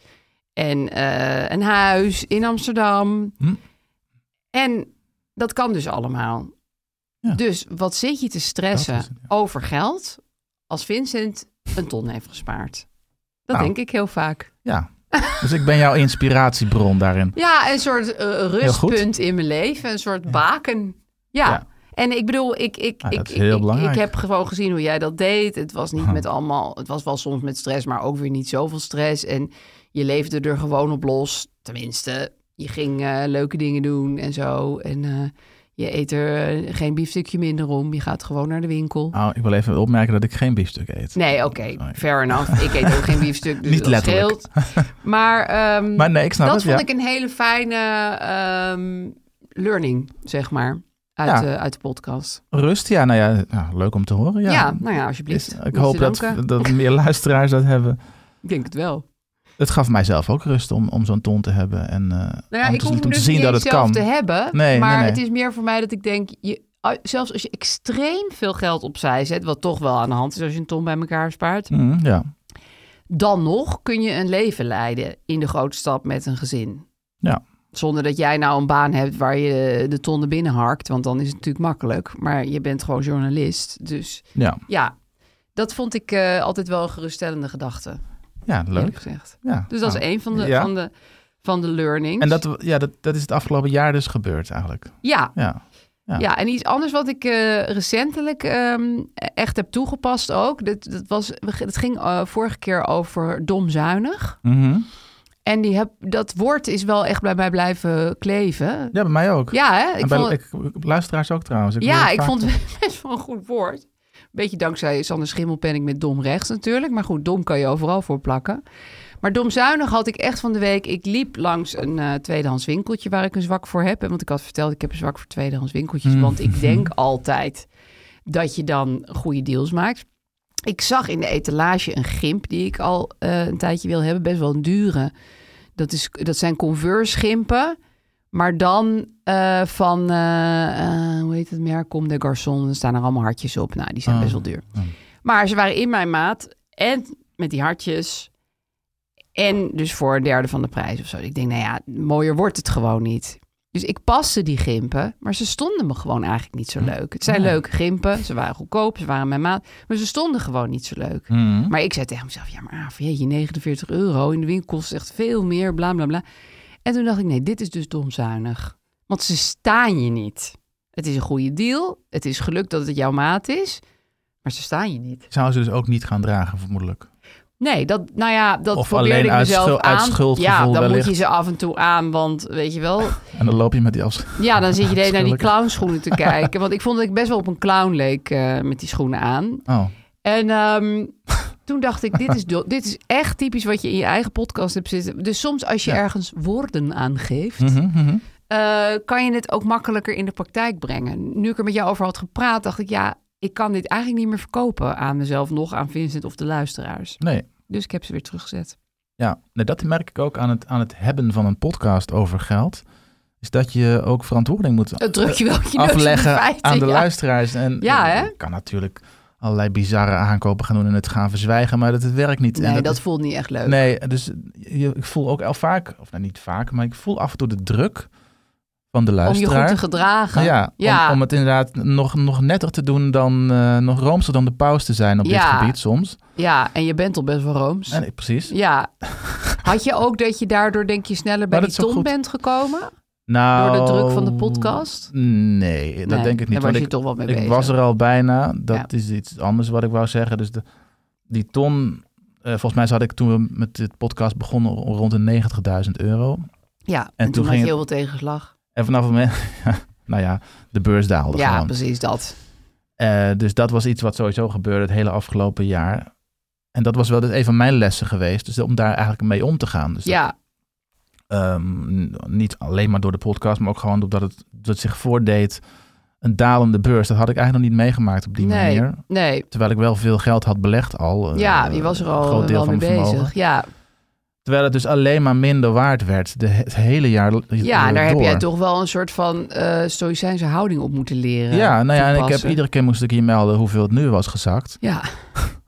Speaker 4: en eh, een huis in Amsterdam.
Speaker 9: Hm.
Speaker 4: En dat kan dus allemaal.
Speaker 9: Ja.
Speaker 4: Dus wat zit je te stressen
Speaker 9: Dat is het, ja.
Speaker 4: over geld als Vincent een ton heeft gespaard? Dat
Speaker 9: Nou.
Speaker 4: denk ik heel vaak.
Speaker 9: ja. Dus ik ben jouw inspiratiebron daarin.
Speaker 4: Ja, een soort eh,
Speaker 9: goed.
Speaker 4: rustpunt in mijn leven, een soort baken. Ja.
Speaker 9: Ja.
Speaker 4: En ik bedoel, ik, ik,
Speaker 9: Ja,
Speaker 4: ik,
Speaker 9: dat is
Speaker 4: ik,
Speaker 9: heel
Speaker 4: ik- ik,
Speaker 9: belangrijk.
Speaker 4: heb gewoon gezien hoe jij dat deed. Het was niet
Speaker 9: Aha.
Speaker 4: met allemaal, het was wel soms met stress, maar ook weer niet zoveel stress. En je leefde er gewoon op los. Tenminste, je ging eh, leuke dingen doen en zo. En eh, je eet er eh, geen biefstukje minder om. Je gaat gewoon naar de winkel.
Speaker 9: Nou, ik wil even opmerken dat ik geen biefstuk eet.
Speaker 4: Nee, oké,
Speaker 9: Sorry.
Speaker 4: fair enough. Ik eet ook geen biefstuk, dus
Speaker 9: Oh, Niet
Speaker 4: dat
Speaker 9: letterlijk.
Speaker 4: scheelt. Maar, ehm,
Speaker 9: Maar nee, ik snap
Speaker 4: dat
Speaker 9: het.
Speaker 4: vond
Speaker 9: Nou, ja.
Speaker 4: ik een hele fijne ehm, learning, zeg maar, uit,
Speaker 9: Ja.
Speaker 4: de, uit de podcast.
Speaker 9: Rust, ja, nou ja, nou, leuk om te horen.
Speaker 4: Ja,
Speaker 9: Ja,
Speaker 4: nou ja, alsjeblieft.
Speaker 9: Is- ik
Speaker 4: Niet
Speaker 9: hoop
Speaker 4: te
Speaker 9: dat,
Speaker 4: danken.
Speaker 9: dat meer luisteraars dat hebben.
Speaker 4: Ik denk het wel.
Speaker 9: Het gaf mijzelf ook rust om, om zo'n ton te hebben en eh,
Speaker 4: Nou ja,
Speaker 9: om,
Speaker 4: ik hoef
Speaker 9: te, om
Speaker 4: hem
Speaker 9: te
Speaker 4: dus
Speaker 9: zien
Speaker 4: niet
Speaker 9: dat
Speaker 4: eens
Speaker 9: het
Speaker 4: zelf
Speaker 9: kan.
Speaker 4: te hebben.
Speaker 9: Nee,
Speaker 4: maar
Speaker 9: nee, nee.
Speaker 4: het is meer voor mij dat ik denk, je, ah, zelfs als je extreem veel geld opzij zet, wat toch wel aan de hand is als je een ton bij elkaar spaart,
Speaker 9: Mm, ja.
Speaker 4: dan nog kun je een leven leiden in de grote stad met een gezin.
Speaker 9: Ja.
Speaker 4: Zonder dat jij nou een baan hebt waar je de tonnen binnen harkt, want dan is het natuurlijk makkelijk. Maar je bent gewoon journalist, dus
Speaker 9: Ja.
Speaker 4: ja. Dat vond ik eh, altijd wel een geruststellende gedachte,
Speaker 9: ja,
Speaker 4: eerlijk
Speaker 9: leuk.
Speaker 4: gezegd.
Speaker 9: Ja.
Speaker 4: Dus dat
Speaker 9: Nou,
Speaker 4: is één van de,
Speaker 9: ja.
Speaker 4: van de, van de learnings.
Speaker 9: En dat, ja, dat, dat is het afgelopen jaar dus gebeurd eigenlijk.
Speaker 4: Ja,
Speaker 9: Ja. Ja.
Speaker 4: Ja. en iets anders wat ik eh, recentelijk ehm, echt heb toegepast ook. Dat, dat was, we g- het ging eh, vorige keer over domzuinig.
Speaker 9: Mhm.
Speaker 4: En die heb, dat woord is wel echt bij mij blijven kleven.
Speaker 9: Ja, bij mij ook.
Speaker 4: Ja, hè?
Speaker 9: En
Speaker 4: Ik
Speaker 9: bij-
Speaker 4: vond,
Speaker 9: ik, ik- luisteraars ook trouwens. Ik hoor
Speaker 4: ja,
Speaker 9: het
Speaker 4: ik
Speaker 9: vaak
Speaker 4: vond
Speaker 9: terug.
Speaker 4: het best wel een goed woord. Beetje dankzij Sander Schimmel ben ik met dom rechts natuurlijk. Maar goed, dom kan je overal voor plakken. Maar domzuinig had ik echt van de week. Ik liep langs een eh, tweedehands winkeltje waar ik een zwak voor heb. En Want ik had verteld, ik heb een zwak voor tweedehands winkeltjes.
Speaker 9: Mm.
Speaker 4: Want ik denk altijd dat je dan goede deals maakt. Ik zag in de etalage een gimp die ik al eh, een tijdje wil hebben. Best wel een dure. Dat, is, dat zijn Converse gimpen. Maar dan eh, van, eh, eh, hoe heet het merk? Comme des Garçons. Er staan er allemaal hartjes op. Nou, die zijn
Speaker 9: Ah,
Speaker 4: best wel duur.
Speaker 9: ah.
Speaker 4: Maar ze waren in mijn maat. En met die hartjes. En dus voor een derde van de prijs of zo. Ik denk, nou ja, mooier wordt het gewoon niet. Dus ik paste die gimpen, maar ze stonden me gewoon eigenlijk niet zo leuk. Het zijn
Speaker 9: Hm. Nee.
Speaker 4: leuke gimpen, ze waren goedkoop, ze waren mijn maat, maar ze stonden gewoon niet zo leuk.
Speaker 9: Mhm.
Speaker 4: Maar ik zei tegen mezelf, ja maar Aaf, jeetje, 49 euro, in de winkel kost het echt veel meer, bla bla bla. En toen dacht ik, nee, dit is dus domzuinig. Want ze staan je niet. Het is een goede deal, het is geluk dat het jouw maat is, maar ze staan je niet.
Speaker 9: Zou ze dus ook niet gaan dragen, vermoedelijk.
Speaker 4: Nee, dat, nou ja, dat
Speaker 9: Of
Speaker 4: probeerde
Speaker 9: alleen
Speaker 4: ik
Speaker 9: uit
Speaker 4: mezelf
Speaker 9: schuld-
Speaker 4: aan.
Speaker 9: uit schuldgevoel
Speaker 4: ja, dan moet
Speaker 9: wellicht.
Speaker 4: je ze af en toe aan, want weet je wel,
Speaker 9: En dan loop je met die afs.
Speaker 4: Ja, dan zit je de hele tijd naar die
Speaker 9: Schuldig.
Speaker 4: clownschoenen te kijken. Want ik vond dat ik best wel op een clown leek eh, met die schoenen aan.
Speaker 9: Oh,
Speaker 4: En ehm, toen dacht ik, dit is, do- dit is echt typisch wat je in je eigen podcast hebt zitten. Dus soms als je
Speaker 9: Ja.
Speaker 4: ergens woorden aan geeft,
Speaker 9: Mhm, mhm.
Speaker 4: eh, kan je het ook makkelijker in de praktijk brengen. Nu ik er met jou over had gepraat, dacht ik, ja, ik kan dit eigenlijk niet meer verkopen aan mezelf, nog aan Vincent of de luisteraars.
Speaker 9: nee.
Speaker 4: Dus ik heb ze weer teruggezet.
Speaker 9: Ja, nee, dat merk ik ook aan het, aan het hebben van een podcast over geld. Is dat je ook verantwoording moet
Speaker 4: Het drukje wel op je neus op
Speaker 9: Eh, afleggen
Speaker 4: feiten,
Speaker 9: aan de
Speaker 4: ja.
Speaker 9: luisteraars. En
Speaker 4: Ja, hè?
Speaker 9: Je kan natuurlijk allerlei bizarre aankopen gaan doen en het gaan verzwijgen, maar dat het werkt niet. en
Speaker 4: Nee, dat voelt niet echt leuk.
Speaker 9: Nee, dus je, ik voel ook al vaak, of nou niet vaak, maar ik voel af en toe de druk van de
Speaker 4: Om je
Speaker 9: luisteraar.
Speaker 4: goed te gedragen.
Speaker 9: Ja,
Speaker 4: Ja.
Speaker 9: Om, om het inderdaad nog, nog netter te doen dan, eh, nog roomser dan de paus te zijn op
Speaker 4: Ja.
Speaker 9: dit gebied soms.
Speaker 4: Ja, en je bent al best wel rooms.
Speaker 9: En, precies.
Speaker 4: Ja. Had je ook dat je daardoor denk je sneller bij
Speaker 9: Maar
Speaker 4: die
Speaker 9: dat is
Speaker 4: ton
Speaker 9: ook goed.
Speaker 4: bent gekomen?
Speaker 9: Nou,
Speaker 4: Door de druk van de podcast?
Speaker 9: Nee, dat
Speaker 4: Nee,
Speaker 9: denk ik
Speaker 4: Daar
Speaker 9: niet.
Speaker 4: was
Speaker 9: Want
Speaker 4: je
Speaker 9: ik,
Speaker 4: toch wel mee bezig.
Speaker 9: ik was er al bijna. Dat
Speaker 4: Ja.
Speaker 9: is iets anders wat ik wou zeggen. Dus de, die ton, eh, volgens mij had ik toen we met dit podcast begonnen rond de 90.000 euro.
Speaker 4: Ja, en,
Speaker 9: toen
Speaker 4: toen, had
Speaker 9: ging
Speaker 4: je heel veel tegenslag.
Speaker 9: En vanaf het moment, nou ja, de beurs daalde
Speaker 4: Ja,
Speaker 9: gewoon.
Speaker 4: precies dat.
Speaker 9: Eh, dus dat was iets wat sowieso gebeurde het hele afgelopen jaar. En dat was wel dus een van mijn lessen geweest. Dus om daar eigenlijk mee om te gaan. Dus dat-
Speaker 4: ja,
Speaker 9: Ehm, niet alleen maar door de podcast, maar ook gewoon doordat het, dat het zich voordeed. Een dalende beurs, dat had ik eigenlijk nog niet meegemaakt op die
Speaker 4: Nee.
Speaker 9: manier.
Speaker 4: nee.
Speaker 9: Terwijl ik wel veel geld had belegd al. eh,
Speaker 4: Ja, je was er
Speaker 9: een
Speaker 4: al eh, wel mee
Speaker 9: mijn vermogen.
Speaker 4: bezig. Ja,
Speaker 9: Terwijl het dus alleen maar minder waard werd de, het hele jaar l-
Speaker 4: ja en daar heb
Speaker 9: door.
Speaker 4: jij toch wel een soort van eh stoïcijnse houding op moeten leren.
Speaker 9: Ja, nou ja, en ik heb
Speaker 4: eh, toepassen.
Speaker 9: iedere keer moest ik hier melden hoeveel het nu was gezakt.
Speaker 4: Ja,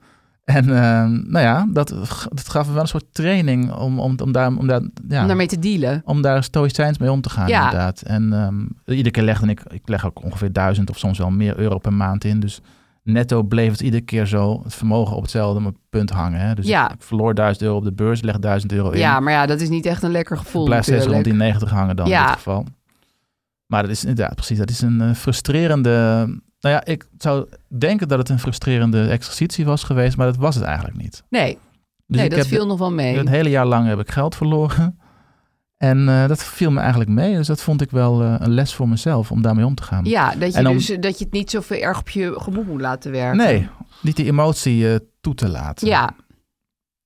Speaker 9: En ehm, nou ja, dat, dat gaf me wel een soort training om, om, om daar... Om daar ja.
Speaker 4: om daarmee te dealen.
Speaker 9: om daar stoïcijns mee om te gaan,
Speaker 4: Ja.
Speaker 9: inderdaad. En ehm, iedere keer legde ik, ik leg ook ongeveer duizend of soms wel meer euro per maand in. Dus netto bleef het iedere keer zo, het vermogen op hetzelfde punt hangen. Hè? Dus
Speaker 4: Ja.
Speaker 9: ik, ik verloor duizend euro op de beurs, leg duizend euro in.
Speaker 4: Ja, maar ja, dat is niet echt een lekker gevoel
Speaker 9: het blijft steeds rond
Speaker 4: natuurlijk.
Speaker 9: die 90 hangen dan
Speaker 4: Ja.
Speaker 9: in dit geval. Maar dat is inderdaad precies, dat is een eh, frustrerende... Nou ja, ik zou denken dat het een frustrerende exercitie was geweest, maar dat was het eigenlijk niet.
Speaker 4: Nee,
Speaker 9: Dus
Speaker 4: nee
Speaker 9: ik
Speaker 4: dat
Speaker 9: heb de-
Speaker 4: viel nog wel mee.
Speaker 9: het hele jaar lang heb ik geld verloren. En eh, dat viel me eigenlijk mee. Dus dat vond ik wel eh, een les voor mezelf om daarmee om te gaan.
Speaker 4: Ja, dat je,
Speaker 9: En om-
Speaker 4: dus, dat je het niet zoveel erg op je gemoed moet laten werken.
Speaker 9: Nee, niet die emotie eh, toe te laten.
Speaker 4: Ja,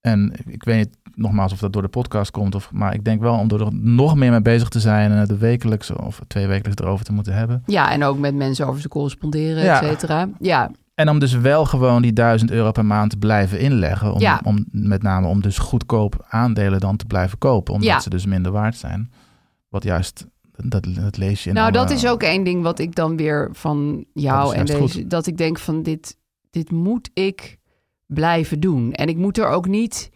Speaker 9: En ik- ik weet niet nogmaals of dat door de podcast komt. Of, maar ik denk wel om er nog meer mee bezig te zijn. En het er wekelijks of twee wekelijks erover te moeten hebben.
Speaker 4: ja, en ook met mensen over te corresponderen,
Speaker 9: Ja.
Speaker 4: et cetera. Ja,
Speaker 9: En om dus wel gewoon die 1000 euro per maand te blijven inleggen. Om,
Speaker 4: Ja.
Speaker 9: om, met name om dus goedkoop aandelen dan te blijven kopen. Omdat
Speaker 4: Ja.
Speaker 9: ze dus minder waard zijn. Wat juist, dat, dat lees je in
Speaker 4: nou, dat
Speaker 9: alle-
Speaker 4: is ook één ding wat ik dan weer van
Speaker 9: eh, Dat
Speaker 4: jou
Speaker 9: is
Speaker 4: en
Speaker 9: juist
Speaker 4: deze, dat ik denk van dit, dit moet ik blijven doen. En ik moet er ook niet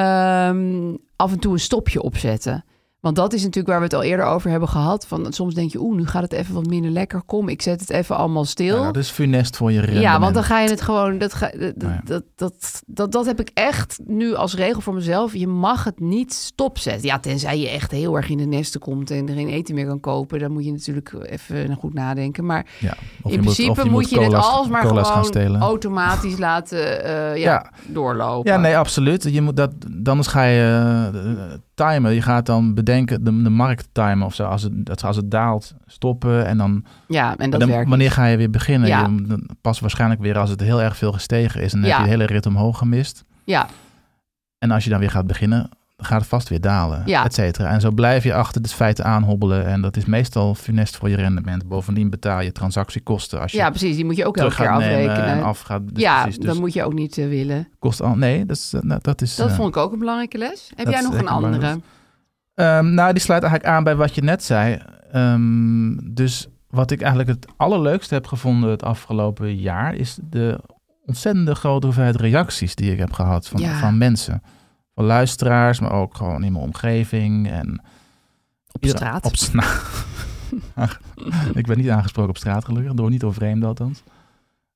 Speaker 4: ehm, af en toe een stopje op zetten. Want dat is natuurlijk waar we het al eerder over hebben gehad. Van soms denk je, oeh, nu gaat het even wat minder lekker. Kom, ik zet het even allemaal stil.
Speaker 9: Ja, dat is funest voor je rendement.
Speaker 4: Ja, want dan ga je het gewoon. Dat, ga, dat,
Speaker 9: Nou ja.
Speaker 4: dat, dat, dat, dat heb ik echt nu als regel voor mezelf. Je mag het niet stopzetten. Ja, tenzij je echt heel erg in de nesten komt en er geen eten meer kan kopen. Dan moet je natuurlijk even goed nadenken. Maar
Speaker 9: Ja, of
Speaker 4: in
Speaker 9: moet-
Speaker 4: principe
Speaker 9: of
Speaker 4: moet, je
Speaker 9: cola's-
Speaker 4: het alsmaar
Speaker 9: cola's gaan
Speaker 4: gewoon
Speaker 9: stelen.
Speaker 4: automatisch laten eh, ja,
Speaker 9: Ja.
Speaker 4: doorlopen.
Speaker 9: Ja, nee, absoluut. Je moet dat, dan is ga je eh, timen. Je gaat dan bedenken, de, de markt timen of zo. Als het, dat- als het daalt, stoppen. En dan,
Speaker 4: ja en dat
Speaker 9: dan-
Speaker 4: werkt. dus.
Speaker 9: wanneer ga je weer beginnen?
Speaker 4: Ja.
Speaker 9: Je- dan pas waarschijnlijk weer als het heel erg veel gestegen is. En dan
Speaker 4: Ja.
Speaker 9: heb je de hele rit omhoog gemist.
Speaker 4: Ja,
Speaker 9: En als je dan weer gaat beginnen, dan gaat het vast weer dalen.
Speaker 4: Ja.
Speaker 9: Et cetera. En zo blijf je achter de feiten aanhobbelen. En dat is meestal funest voor je rendement. Bovendien betaal je transactiekosten als je
Speaker 4: ja, precies. Die moet je ook elke
Speaker 9: terug
Speaker 4: keer
Speaker 9: gaat nemen en
Speaker 4: afrekenen.
Speaker 9: af gaat. Dus
Speaker 4: ja,
Speaker 9: precies, dus-
Speaker 4: dat moet je ook niet eh, willen.
Speaker 9: kost al. Nee, dat is. eh, nou, dat is
Speaker 4: Dat
Speaker 9: eh,
Speaker 4: vond ik ook een belangrijke les. Heb
Speaker 9: dat
Speaker 4: jij
Speaker 9: is
Speaker 4: nog een
Speaker 9: zeker
Speaker 4: andere?
Speaker 9: belangrijk. Ehm, nou, die sluit eigenlijk aan bij wat je net zei. Ehm, dus wat ik eigenlijk het allerleukste heb gevonden het afgelopen jaar is de ontzettende grote hoeveelheid reacties die ik heb gehad van,
Speaker 4: Ja.
Speaker 9: van mensen. Van luisteraars, maar ook gewoon in mijn omgeving. En
Speaker 4: Op
Speaker 9: Ieder-
Speaker 4: straat.
Speaker 9: Op straat. ik ben niet aangesproken op straat, gelukkig. Door niet door vreemden althans.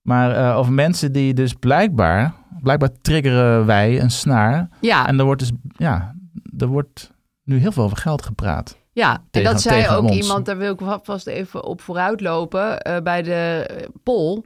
Speaker 9: Maar eh, over mensen die dus blijkbaar... Blijkbaar triggeren wij een snaar.
Speaker 4: Ja,
Speaker 9: En er wordt dus... Ja, er wordt nu heel veel over geld gepraat.
Speaker 4: Ja, en
Speaker 9: Tegen-
Speaker 4: dat zei
Speaker 9: tegen
Speaker 4: ook
Speaker 9: ons.
Speaker 4: iemand, daar wil ik wa- vast even op vooruitlopen, eh, bij de eh, poll.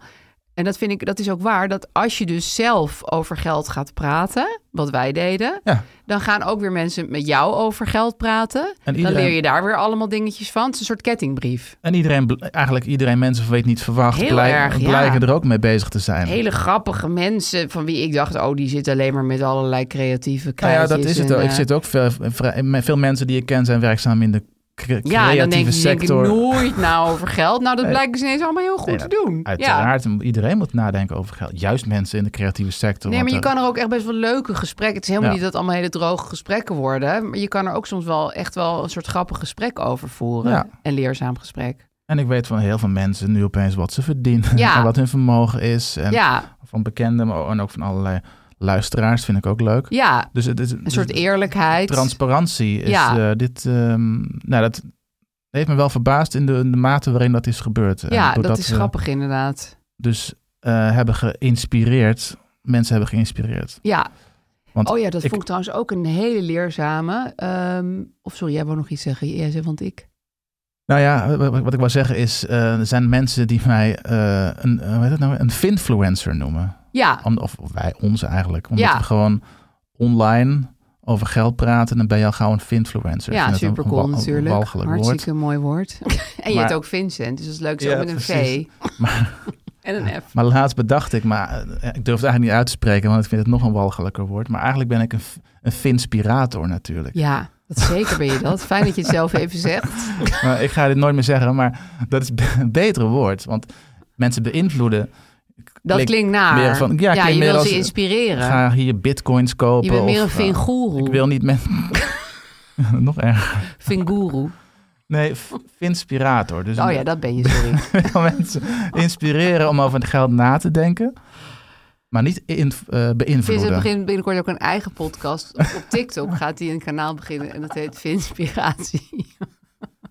Speaker 4: En dat vind ik, dat is ook waar, dat als je dus zelf over geld gaat praten, wat wij deden,
Speaker 9: Ja.
Speaker 4: dan gaan ook weer mensen met jou over geld praten.
Speaker 9: En
Speaker 4: Dan
Speaker 9: iedereen,
Speaker 4: leer je daar weer allemaal dingetjes van. Het is een soort kettingbrief.
Speaker 9: en iedereen bl- eigenlijk iedereen mensen van weet niet verwacht...
Speaker 4: Heel
Speaker 9: blij-
Speaker 4: erg, ja.
Speaker 9: blijken er ook mee bezig te zijn.
Speaker 4: Hele grappige mensen van wie ik dacht, oh, die zitten alleen maar met allerlei creatieve
Speaker 9: nou ja,
Speaker 4: krijtjes.
Speaker 9: dat is het.
Speaker 4: en,
Speaker 9: ook. ik
Speaker 4: eh,
Speaker 9: zit ook veel, vrij- veel mensen die ik ken zijn werkzaam in de cre- creatieve
Speaker 4: ja, en dan denk, ik- denk ik
Speaker 9: sector.
Speaker 4: nooit nou over geld. Nou, dat
Speaker 9: Nee.
Speaker 4: blijkt dus ineens allemaal heel goed
Speaker 9: Nee,
Speaker 4: te doen. Ja.
Speaker 9: Uiteraard, iedereen moet nadenken over geld. Juist mensen in de creatieve sector.
Speaker 4: Nee, maar je
Speaker 9: want
Speaker 4: kan er ook echt best wel leuke gesprekken. Het is helemaal
Speaker 9: Ja.
Speaker 4: niet dat het allemaal hele droge gesprekken worden. Maar je kan er ook soms wel echt wel een soort grappig gesprek over voeren.
Speaker 9: Ja.
Speaker 4: Een leerzaam gesprek.
Speaker 9: En ik weet van heel veel mensen nu opeens wat ze verdienen
Speaker 4: Ja.
Speaker 9: en wat hun vermogen is. En
Speaker 4: ja,
Speaker 9: van bekenden, maar ook- en ook van allerlei luisteraars vind ik ook leuk.
Speaker 4: ja.
Speaker 9: Dus het is
Speaker 4: Een soort eerlijkheid.
Speaker 9: transparantie. Is,
Speaker 4: Ja.
Speaker 9: eh, dit, ehm, nou, dat heeft me wel verbaasd in de, in de mate waarin dat is gebeurd. En
Speaker 4: ja,
Speaker 9: doordat
Speaker 4: dat is
Speaker 9: we
Speaker 4: grappig inderdaad.
Speaker 9: Dus eh, hebben geïnspireerd. Mensen hebben geïnspireerd.
Speaker 4: Ja.
Speaker 9: Want
Speaker 4: oh ja, dat
Speaker 9: ik-
Speaker 4: vond ik trouwens ook een hele leerzame. ehm, of sorry, jij wou nog iets zeggen. Jij zei, want ik.
Speaker 9: Nou ja, wat- wat ik wil zeggen is, eh, er zijn mensen die mij eh, een, eh, hoe heet dat nou, een finfluencer noemen.
Speaker 4: Ja,
Speaker 9: Om- Of, of wij, ons eigenlijk. Omdat
Speaker 4: Ja.
Speaker 9: we gewoon online over geld praten, dan ben je al gauw een finfluencer. Ik
Speaker 4: ja
Speaker 9: vind dat een
Speaker 4: super cool
Speaker 9: wa- een
Speaker 4: natuurlijk.
Speaker 9: walgelijk woord.
Speaker 4: Hartstikke mooi woord. en je
Speaker 9: Maar-
Speaker 4: hebt ook Vincent, dus dat is leuk zo
Speaker 7: Ja,
Speaker 4: met een
Speaker 9: precies.
Speaker 4: V. en een F.
Speaker 9: Maar laatst bedacht ik, maar eh, ik durf het eigenlijk niet uit te spreken, want ik vind het nog een walgelijker woord. Maar eigenlijk ben ik een, f- een finspirator natuurlijk.
Speaker 4: Ja, dat zeker ben je dat. Fijn dat je het zelf even zegt.
Speaker 9: Maar ik ga dit nooit meer zeggen, maar dat is be- een betere woord. Want mensen beïnvloeden.
Speaker 4: Dat
Speaker 9: Klinkt
Speaker 4: klinkt naar.
Speaker 9: meer van- ja, klinkt
Speaker 4: je
Speaker 9: meer
Speaker 4: wil
Speaker 9: als-
Speaker 4: ze inspireren.
Speaker 9: Ga hier bitcoins kopen.
Speaker 4: je bent meer
Speaker 9: of,
Speaker 4: een
Speaker 9: eh,
Speaker 4: vingoeroe.
Speaker 9: Ik wil niet met... nog erg.
Speaker 4: Vingoeroe.
Speaker 9: Nee, f- finspirator. Dus
Speaker 4: Oh ja, dat ben je, sorry.
Speaker 9: wil mensen inspireren om over het geld na te denken. Maar niet in, eh,
Speaker 4: Vins
Speaker 9: beïnvloeden.
Speaker 4: begint binnenkort ook een eigen podcast. Op op TikTok gaat hij een kanaal beginnen en dat heet Vinspiratie.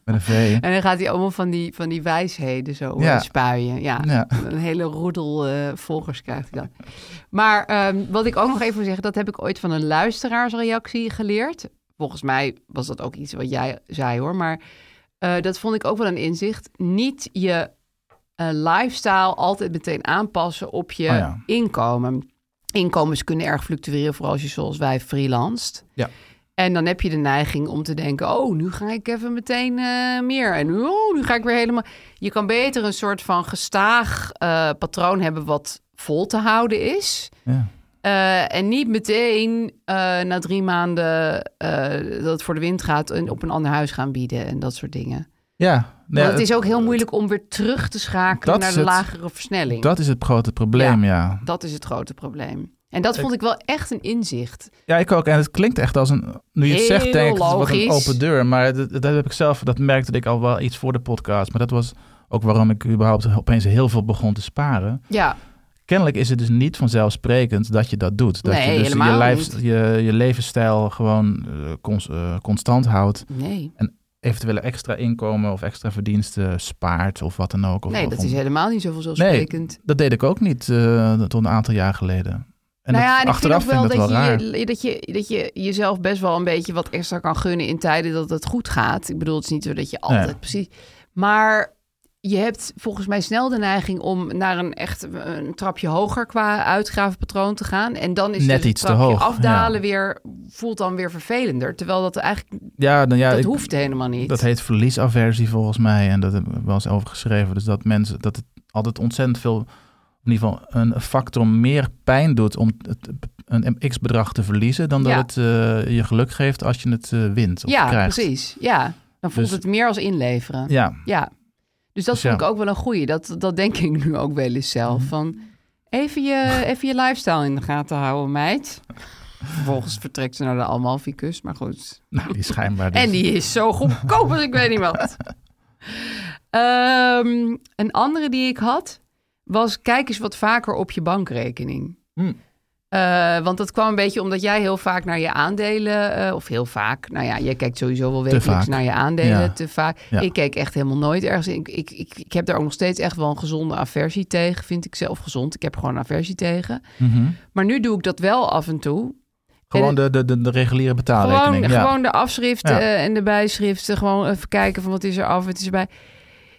Speaker 9: Met een V.
Speaker 4: En dan gaat hij allemaal van die, van die wijsheden zo
Speaker 9: Ja.
Speaker 4: eh, spuien. Ja.
Speaker 9: Ja.
Speaker 4: Een hele roedel eh, volgers krijgt hij dan. Maar ehm, wat ik ook nog even wil zeggen, dat heb ik ooit van een luisteraarsreactie geleerd. Volgens mij was dat ook iets wat jij zei hoor. Maar eh, dat vond ik ook wel een inzicht. Niet je eh, lifestyle altijd meteen aanpassen op je
Speaker 9: Oh ja.
Speaker 4: inkomen. Inkomens kunnen erg fluctueren, vooral als je zoals wij freelanced.
Speaker 9: Ja.
Speaker 4: En dan heb je de neiging om te denken: oh, nu ga ik even meteen eh, meer. En oh, nu ga ik weer helemaal. Je kan beter een soort van gestaag eh, patroon hebben wat vol te houden is.
Speaker 9: Ja.
Speaker 4: Eh, en niet meteen eh, na drie maanden eh, dat het voor de wind gaat en op een ander huis gaan bieden en dat soort dingen.
Speaker 9: ja. Nee,
Speaker 4: Want het is ook heel moeilijk om weer terug te schakelen
Speaker 9: Dat
Speaker 4: naar
Speaker 9: is
Speaker 4: de
Speaker 9: het.
Speaker 4: lagere versnelling.
Speaker 9: Dat is het grote probleem, ja.
Speaker 4: Dat is het grote probleem. En dat vond ik wel echt een inzicht.
Speaker 9: Ja, ik ook. En het klinkt echt als een. Nu je het
Speaker 4: Heel
Speaker 9: zegt, denk ik, het is wat een
Speaker 4: logisch.
Speaker 9: open deur. Maar dat, dat heb ik zelf. Dat merkte ik al wel iets voor de podcast. Maar dat was ook waarom ik überhaupt opeens heel veel begon te sparen.
Speaker 4: Ja,
Speaker 9: Kennelijk is het dus niet vanzelfsprekend dat je dat doet. Dat
Speaker 4: Nee,
Speaker 9: je dus
Speaker 4: helemaal
Speaker 9: je,
Speaker 4: niet.
Speaker 9: je, je levensstijl gewoon eh, cons- eh, constant houdt.
Speaker 4: nee.
Speaker 9: Eventuele extra inkomen of extra verdiensten spaart of wat dan ook. Of,
Speaker 4: Nee,
Speaker 9: of
Speaker 4: dat
Speaker 9: om-
Speaker 4: is helemaal niet zo vanzelfsprekend.
Speaker 9: dat deed ik ook niet eh, tot een aantal jaar geleden. En
Speaker 4: nou
Speaker 9: dat-
Speaker 4: ja, en ik vind ook
Speaker 9: achteraf
Speaker 4: wel
Speaker 9: vind ik
Speaker 4: dat,
Speaker 9: dat wel raar.
Speaker 4: je, je- dat, je, dat je jezelf best wel een beetje wat extra kan gunnen in tijden dat het goed gaat. Ik bedoel, het is niet zo dat je altijd
Speaker 9: Nee.
Speaker 4: precies. Maar je hebt volgens mij snel de neiging om naar een echt een trapje hoger qua uitgavenpatroon te gaan. En dan is
Speaker 9: Net
Speaker 4: dus
Speaker 9: iets te
Speaker 4: het trapje
Speaker 9: hoog, ja.
Speaker 4: afdalen weer voelt dan weer vervelender. Terwijl dat eigenlijk
Speaker 9: Ja, nou ja,
Speaker 4: dat
Speaker 9: ik-
Speaker 4: hoeft helemaal niet.
Speaker 9: Dat heet verliesaversie volgens mij. En dat hebben we wel eens over geschreven. Dus dat mensen dat het altijd ontzettend veel, in ieder geval een factor meer pijn doet om het, een x-bedrag te verliezen. dan
Speaker 4: Ja.
Speaker 9: dat het eh, je geluk geeft als je het eh, wint. Of
Speaker 4: ja,
Speaker 9: krijgt.
Speaker 4: precies. Ja, dan voelt
Speaker 9: Dus-
Speaker 4: het meer als inleveren.
Speaker 9: Ja,
Speaker 4: Ja. Dus dat
Speaker 9: Dus
Speaker 4: vond
Speaker 9: ja. Mhm.
Speaker 4: ik ook wel een goeie. Dat, dat denk ik nu ook wel eens zelf. Van even je, even je lifestyle in de gaten houden, meid. Vervolgens vertrekt ze naar de Amalficus, maar goed.
Speaker 9: nou, die schijnbaar. Dus.
Speaker 4: En die is zo goedkoop als ik weet niet wat. Ehm, een andere die ik had was kijk eens wat vaker op je bankrekening.
Speaker 9: Hmm.
Speaker 4: Eh, want dat kwam een beetje omdat jij heel vaak naar je aandelen, eh, of heel vaak, nou ja, jij kijkt sowieso wel wekelijks
Speaker 9: vaak.
Speaker 4: naar je aandelen
Speaker 9: Ja.
Speaker 4: te vaak.
Speaker 9: Ja.
Speaker 4: Ik keek echt helemaal nooit ergens in. Ik, ik, ik, ik heb daar ook nog steeds echt wel een gezonde aversie tegen, vind ik zelf gezond. Ik heb gewoon een aversie tegen.
Speaker 9: Mhm.
Speaker 4: Maar nu doe ik dat wel af en toe.
Speaker 9: Gewoon de, de, de, de reguliere betaalrekening.
Speaker 4: Gewoon,
Speaker 9: ja.
Speaker 4: gewoon de afschriften
Speaker 9: Ja.
Speaker 4: eh, en de bijschriften. Gewoon even kijken van wat is er af, wat is erbij.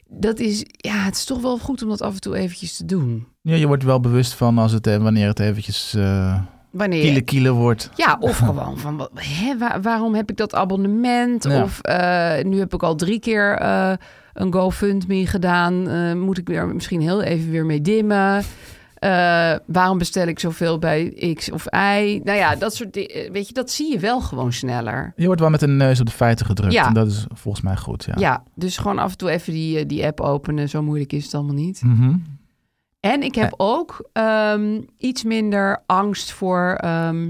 Speaker 4: Dat is, ja, het is toch wel goed om dat af en toe eventjes te doen.
Speaker 9: Ja, je wordt wel bewust van als het, eh, wanneer het eventjes eh
Speaker 4: Wanneer je-
Speaker 9: kiele kiele wordt.
Speaker 4: Ja, of gewoon van, wat- hè, waar- waarom heb ik dat abonnement?
Speaker 9: Ja.
Speaker 4: Of eh, nu heb ik al drie keer eh, een GoFundMe gedaan. Eh, moet ik er misschien heel even weer mee dimmen? Eh, waarom bestel ik zoveel bij X of Y? Nou ja, dat soort dingen. Weet je, dat zie je wel gewoon sneller.
Speaker 9: Je wordt wel met een neus op de feiten gedrukt.
Speaker 4: Ja.
Speaker 9: En dat is volgens mij goed. Ja.
Speaker 4: Ja. dus gewoon af en toe even die, eh, die app openen. Zo moeilijk is het allemaal niet.
Speaker 9: Mhm.
Speaker 4: En ik heb ook ehm, iets minder angst voor... ehm,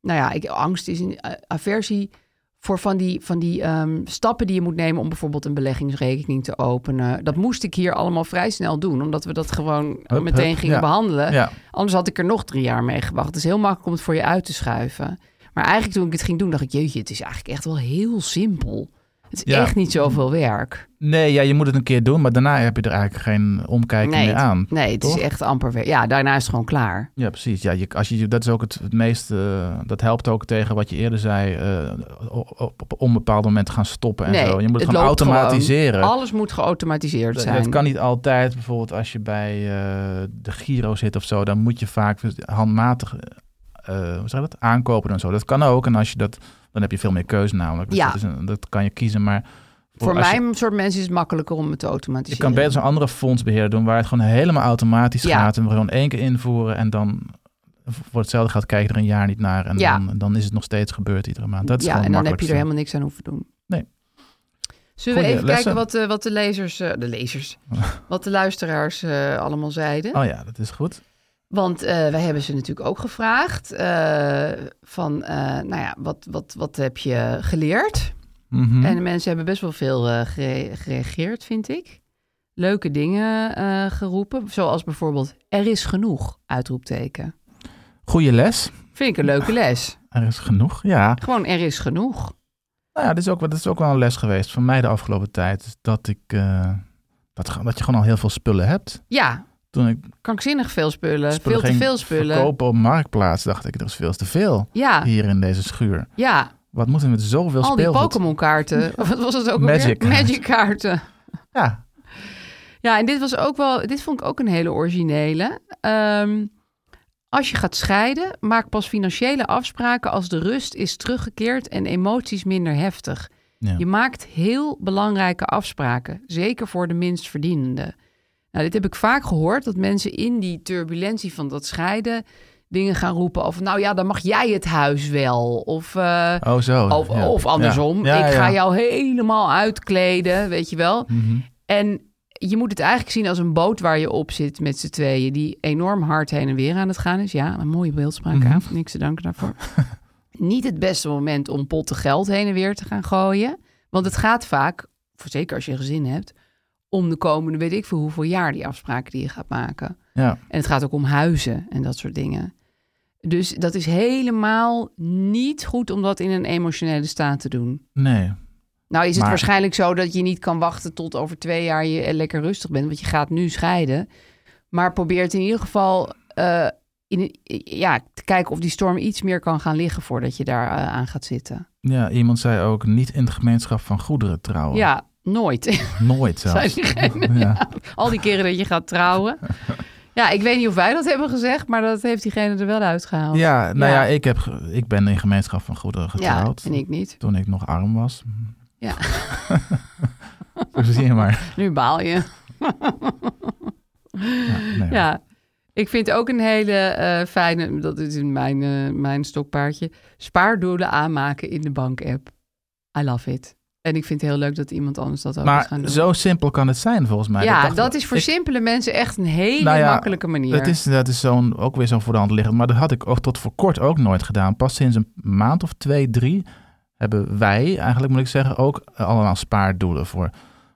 Speaker 4: nou ja, ik, angst is een eh, aversie voor van die, van die ehm, stappen die je moet nemen... om bijvoorbeeld een beleggingsrekening te openen. Dat moest ik hier allemaal vrij snel doen. Omdat we dat gewoon
Speaker 9: Hup,
Speaker 4: meteen
Speaker 9: hup,
Speaker 4: gingen
Speaker 9: ja.
Speaker 4: behandelen.
Speaker 9: Ja.
Speaker 4: Anders had ik er nog drie jaar mee gewacht. Het is heel makkelijk om het voor je uit te schuiven. Maar eigenlijk toen ik het ging doen, dacht ik... jeetje, het is eigenlijk echt wel heel simpel. Het is
Speaker 9: Ja.
Speaker 4: echt niet zoveel werk.
Speaker 9: Nee, ja, je moet het een keer doen, maar daarna heb je er eigenlijk geen omkijken
Speaker 4: nee,
Speaker 9: meer
Speaker 4: het-
Speaker 9: aan.
Speaker 4: nee, het is
Speaker 9: toch?
Speaker 4: echt amper werk. Ja, daarna is het gewoon klaar.
Speaker 9: Ja, precies. Ja, je, als je, dat is ook het, het meest. eh, dat helpt ook tegen wat je eerder zei. eh, op, op, op onbepaald moment gaan stoppen en
Speaker 4: nee,
Speaker 9: zo. Je moet het, gaan
Speaker 4: loopt
Speaker 9: automatiseren.
Speaker 4: gewoon. Alles moet geautomatiseerd
Speaker 9: Eh. Dat-
Speaker 4: zijn.
Speaker 9: Dat kan niet altijd. Bijvoorbeeld als je bij eh, de Giro zit of zo, dan moet je vaak handmatig eh, hoe zeg je dat? aankopen en zo. Dat kan ook. En als je dat, dan heb je veel meer keuze namelijk. Dus
Speaker 4: Ja.
Speaker 9: dat, is een- dat kan je kiezen. Maar
Speaker 4: Voor
Speaker 9: als
Speaker 4: mij
Speaker 9: je,
Speaker 4: soort mensen is het makkelijker om het te
Speaker 9: je
Speaker 4: automatiseren.
Speaker 9: kan beter zo'n andere fondsbeheer doen waar het gewoon helemaal automatisch
Speaker 4: Ja.
Speaker 9: gaat. En we gewoon één keer invoeren en dan voor hetzelfde gaat kijken er een jaar niet naar. En
Speaker 4: Ja.
Speaker 9: dan, dan is het nog steeds gebeurd iedere maand. Dat is
Speaker 4: ja,
Speaker 9: gewoon
Speaker 4: en dan heb je
Speaker 9: makkelijk.
Speaker 4: er helemaal niks aan hoeven doen.
Speaker 9: Nee.
Speaker 4: Zullen we
Speaker 9: Goeie
Speaker 4: even
Speaker 9: lessen.
Speaker 4: kijken wat, eh, wat de lezers, eh, de lezers, wat de luisteraars eh, allemaal zeiden?
Speaker 9: Oh ja, dat is goed.
Speaker 4: Want eh, wij hebben ze natuurlijk ook gevraagd eh, van, eh, nou ja, wat, wat, wat heb je geleerd?
Speaker 9: Mhm.
Speaker 4: En de mensen hebben best wel veel eh, gere- gereageerd, vind ik. Leuke dingen eh, geroepen, zoals bijvoorbeeld, er is genoeg, uitroepteken.
Speaker 9: Goeie les.
Speaker 4: Vind ik een leuke les.
Speaker 9: Er is genoeg. Ja.
Speaker 4: Gewoon, er is genoeg.
Speaker 9: Nou ja, dat is, ook, wel- dat is ook wel een les geweest voor mij de afgelopen tijd. Is dat, ik, eh, dat, ge- dat je gewoon al heel veel spullen hebt.
Speaker 4: Ja,
Speaker 9: Toen ik
Speaker 4: krankzinnig veel spullen,
Speaker 9: spullen
Speaker 4: Eh, veel te
Speaker 9: ging
Speaker 4: veel spullen.
Speaker 9: verkopen op Marktplaats, dacht ik, er is veel te veel
Speaker 4: Ja,
Speaker 9: hier in deze schuur.
Speaker 4: ja.
Speaker 9: Wat moeten we met zoveel
Speaker 4: al die
Speaker 9: speelgoed?
Speaker 4: Pokémon kaarten. Of Wat was het ook
Speaker 9: Magic
Speaker 4: alweer?
Speaker 9: kaarten.
Speaker 4: Magic kaarten.
Speaker 9: Ja,
Speaker 4: Ja, en dit was ook wel, dit vond ik ook een hele originele. Ehm, als je gaat scheiden, maak pas financiële afspraken als de rust is teruggekeerd en emoties minder heftig.
Speaker 9: Ja.
Speaker 4: Je maakt heel belangrijke afspraken, zeker voor de minstverdienende. Nou, dit heb ik vaak gehoord, dat mensen in die turbulentie van dat scheiden dingen gaan roepen over, nou ja, dan mag jij het huis wel. Of, eh,
Speaker 9: oh zo.
Speaker 4: of,
Speaker 9: ja.
Speaker 4: of andersom,
Speaker 9: Ja. Ja,
Speaker 4: ik
Speaker 9: ja.
Speaker 4: ga jou helemaal uitkleden, weet je wel.
Speaker 9: Mhm.
Speaker 4: En je moet het eigenlijk zien als een boot waar je op zit met z'n tweeën, die enorm hard heen en weer aan het gaan is. Ja, een mooie beeldspraak,
Speaker 9: Mhm.
Speaker 4: hè? niks te danken daarvoor. Niet het beste moment om potten geld heen en weer te gaan gooien. Want het gaat vaak, voor zeker als je een gezin hebt, om de komende weet ik veel hoeveel jaar die afspraken die je gaat maken.
Speaker 9: Ja.
Speaker 4: En het gaat ook om huizen en dat soort dingen. Dus dat is helemaal niet goed om dat in een emotionele staat te doen.
Speaker 9: Nee.
Speaker 4: Nou is het
Speaker 9: Maar-
Speaker 4: waarschijnlijk zo dat je niet kan wachten tot over twee jaar je lekker rustig bent, want je gaat nu scheiden. Maar probeer het in ieder geval eh, in, ja, te kijken of die storm iets meer kan gaan liggen voordat je daar eh, aan gaat zitten.
Speaker 9: Ja, iemand zei ook niet in de gemeenschap van goederen trouwen.
Speaker 4: Ja, nooit.
Speaker 9: Nooit zelfs.
Speaker 4: Zijn diegene-
Speaker 9: Ja.
Speaker 4: Al die keren dat je gaat trouwen. Ja, ik weet niet of wij dat hebben gezegd, maar dat heeft diegene er wel uitgehaald.
Speaker 9: Ja, nou ja,
Speaker 4: Ja.
Speaker 9: ik, heb, ge- ik ben in gemeenschap van goederen
Speaker 4: ja
Speaker 9: getrouwd.
Speaker 4: en ik niet.
Speaker 9: Toen ik nog arm was.
Speaker 4: Ja.
Speaker 9: Zo zie je maar.
Speaker 4: Nu baal je.
Speaker 9: Ja, nee.
Speaker 4: Ja, ik vind ook een hele eh, fijne, dat is in mijn, eh, mijn stokpaardje, spaardoelen aanmaken in de bank-app. I love it. En ik vind het heel leuk dat iemand anders dat ook is gaan
Speaker 9: Maar
Speaker 4: doen.
Speaker 9: zo simpel kan het zijn volgens mij.
Speaker 4: ja,
Speaker 9: dacht
Speaker 4: dat
Speaker 9: ik-
Speaker 4: is voor
Speaker 9: ik-
Speaker 4: simpele mensen echt een hele
Speaker 9: Nou ja,
Speaker 4: makkelijke manier.
Speaker 9: Dat is, dat is zo'n, ook weer zo'n voor de hand liggend. Maar dat had ik ook tot voor kort ook nooit gedaan. Pas sinds een maand of twee, drie hebben wij eigenlijk, moet ik zeggen, ook eh, allemaal spaardoelen voor.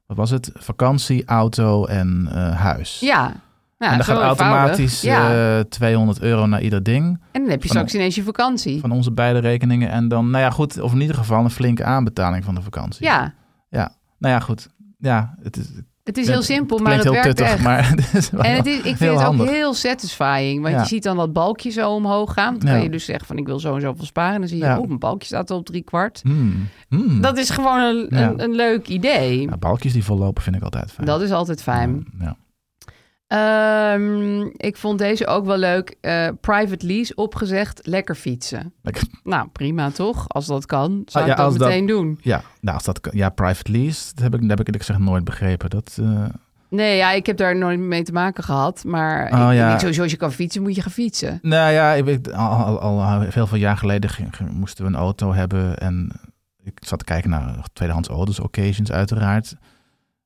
Speaker 9: Wat was het? Vakantie, auto en eh, huis.
Speaker 4: ja, nou,
Speaker 9: en dan
Speaker 4: zo
Speaker 9: gaat
Speaker 4: eenvoudig.
Speaker 9: automatisch
Speaker 4: Ja.
Speaker 9: eh, 200 euro naar ieder ding
Speaker 4: en dan heb je
Speaker 9: van-
Speaker 4: straks ineens je vakantie.
Speaker 9: van onze beide rekeningen. En dan, nou ja, goed, of in ieder geval een flinke aanbetaling van de vakantie.
Speaker 4: Ja,
Speaker 9: Nou ja, goed. Ja, het is, het
Speaker 4: het is heel simpel, maar
Speaker 9: klinkt
Speaker 4: het
Speaker 9: heel
Speaker 4: werkt
Speaker 9: tuttig,
Speaker 4: echt.
Speaker 9: maar het is wel
Speaker 4: En het is, ik vind
Speaker 9: heel
Speaker 4: het
Speaker 9: handig.
Speaker 4: ook heel satisfying. Want
Speaker 9: Ja.
Speaker 4: je ziet dan dat balkje zo omhoog gaan. Dan
Speaker 9: Ja.
Speaker 4: kan je dus zeggen van ik wil zo en zoveel sparen. En dan zie je,
Speaker 9: Ja.
Speaker 4: oh, mijn balkje staat op drie kwart.
Speaker 9: Hmm, hmm.
Speaker 4: Dat is gewoon een,
Speaker 9: Ja.
Speaker 4: een, een leuk idee.
Speaker 9: Ja, balkjes die vollopen vind ik altijd fijn. Hm.
Speaker 4: Dat is altijd fijn.
Speaker 9: Ja.
Speaker 4: Ehm, ik vond deze ook wel leuk. Eh, private lease opgezegd, lekker fietsen.
Speaker 9: Lekker.
Speaker 4: Nou, prima toch? Als dat kan, zou
Speaker 9: Ah, ja,
Speaker 4: ik dat
Speaker 9: als dat-
Speaker 4: meteen doen.
Speaker 9: Ja, nou, als dat, kan- ja, private lease, dat heb ik, dat heb ik eerlijk gezegd nooit begrepen. Dat, eh,
Speaker 4: Nee, ja, ik heb daar nooit mee te maken gehad. Maar
Speaker 9: Oh,
Speaker 4: ik
Speaker 9: ja.
Speaker 4: denk sowieso, als je kan fietsen, moet je gaan fietsen.
Speaker 9: nou ja, ik, weet- al, al, al heel veel jaar geleden ging- ging- moesten we een auto hebben. En ik zat te kijken naar tweedehands auto's, occasions uiteraard.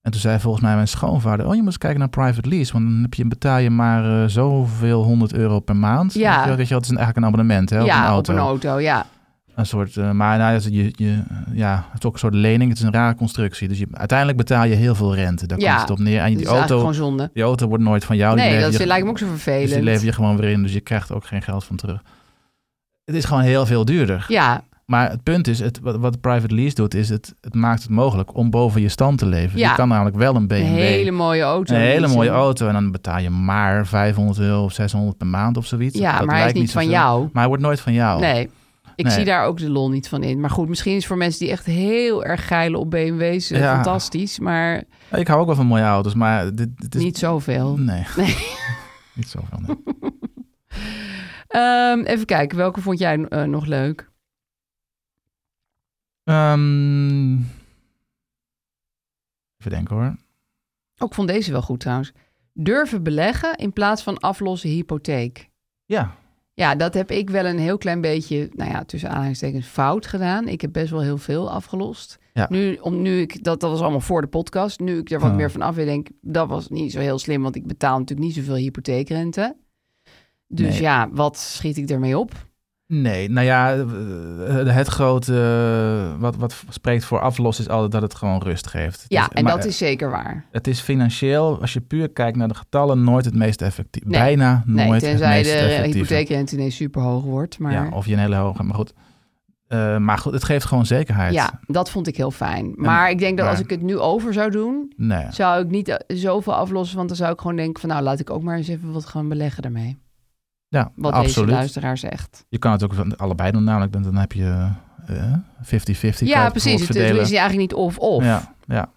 Speaker 9: En toen zei volgens mij mijn schoonvader, oh je moet eens kijken naar private lease. Want dan heb je, betaal je maar eh, zoveel 100 euro per maand.
Speaker 4: Ja.
Speaker 9: Weet je wel, dat je- dat is een- eigenlijk een abonnement hè, op
Speaker 4: ja,
Speaker 9: een auto.
Speaker 4: op een auto, ja.
Speaker 9: Een soort, eh, maar nou, dat is- je, je, ja, het is ook een soort lening. Het is een rare constructie. Dus je, uiteindelijk betaal je heel veel rente. Daar
Speaker 4: Ja.
Speaker 9: komt het op neer. En je-
Speaker 4: dat
Speaker 9: die
Speaker 4: is eigenlijk
Speaker 9: auto,
Speaker 4: gewoon zonde.
Speaker 9: die auto wordt nooit van jou. die
Speaker 4: nee,
Speaker 9: lever
Speaker 4: dat
Speaker 9: je,
Speaker 4: is- lijkt me ook zo
Speaker 9: dus
Speaker 4: vervelend.
Speaker 9: die lever je gewoon weer in. Dus je krijgt ook geen geld van terug. Het is gewoon heel veel duurder.
Speaker 4: Ja,
Speaker 9: Maar het punt is, het, wat, wat private lease doet, is het, het maakt het mogelijk om boven je stand te leven.
Speaker 4: Ja.
Speaker 9: Je kan namelijk wel een BMW,
Speaker 4: Een hele mooie auto.
Speaker 9: een hele
Speaker 4: leasen.
Speaker 9: mooie auto, en dan betaal je maar 500 euro of 600 per maand of zoiets.
Speaker 4: Ja, maar hij is
Speaker 9: lijkt
Speaker 4: niet van
Speaker 9: zoveel.
Speaker 4: jou.
Speaker 9: Maar hij wordt nooit van jou.
Speaker 4: Nee. Ik
Speaker 9: Nee.
Speaker 4: zie daar ook de lol niet van in. Maar goed, misschien is voor mensen die echt heel erg geilen op BMW's eh,
Speaker 9: Ja.
Speaker 4: fantastisch. Maar
Speaker 9: Ik hou ook wel van mooie auto's, maar dit, dit is...
Speaker 4: niet zoveel.
Speaker 9: Nee.
Speaker 4: Nee.
Speaker 9: niet zoveel, nee.
Speaker 4: Ehm, even kijken, welke vond jij eh, nog leuk?
Speaker 9: Ehm, even denken hoor.
Speaker 4: Ook vond deze wel goed trouwens. Durven beleggen in plaats van aflossen hypotheek.
Speaker 9: Ja.
Speaker 4: Ja, dat heb ik wel een heel klein beetje, nou ja, tussen aanhalingstekens fout gedaan. Ik heb best wel heel veel afgelost.
Speaker 9: Ja. Ah.
Speaker 4: Nu, om, nu ik, dat, dat was allemaal voor de podcast. Nu ik er wat
Speaker 9: Ja.
Speaker 4: meer van af weet, denk ik, dat was niet zo heel slim, want ik betaal natuurlijk niet zoveel hypotheekrente. Dus
Speaker 9: Nee.
Speaker 4: ja, wat schiet ik ermee op?
Speaker 9: Nee, nou ja, eh, het grote, eh, wat, wat spreekt voor aflossen is altijd dat het gewoon rust geeft.
Speaker 4: Ja,
Speaker 9: Dus-
Speaker 4: en
Speaker 9: maar
Speaker 4: dat is zeker waar.
Speaker 9: Het is financieel, als je puur kijkt naar de getallen, nooit het meest effectief.
Speaker 4: Nee.
Speaker 9: Bijna
Speaker 4: Nee,
Speaker 9: nooit het
Speaker 4: tenzij
Speaker 9: meest
Speaker 4: de
Speaker 9: effectieve.
Speaker 4: hypotheekrente ineens super hoog wordt. Maar...
Speaker 9: Ja, of je een hele hoge, maar goed. Eh, maar goed, het geeft gewoon zekerheid.
Speaker 4: Ja, dat vond ik heel fijn. Maar ik denk dat
Speaker 9: maar-
Speaker 4: als ik het nu over zou doen,
Speaker 9: Nee.
Speaker 4: zou ik niet eh, zoveel aflossen. Want dan zou ik gewoon denken van nou, laat ik ook maar eens even wat gaan beleggen daarmee.
Speaker 9: Ja,
Speaker 4: Wat deze
Speaker 9: absoluut.
Speaker 4: luisteraar zegt.
Speaker 9: Je kan het ook van allebei doen namelijk, dan, dan heb je eh 50-50. kan je
Speaker 4: ja,
Speaker 9: het
Speaker 4: precies. Het, het
Speaker 9: verdelen.
Speaker 4: is eigenlijk niet of-of.
Speaker 9: Ja, ja.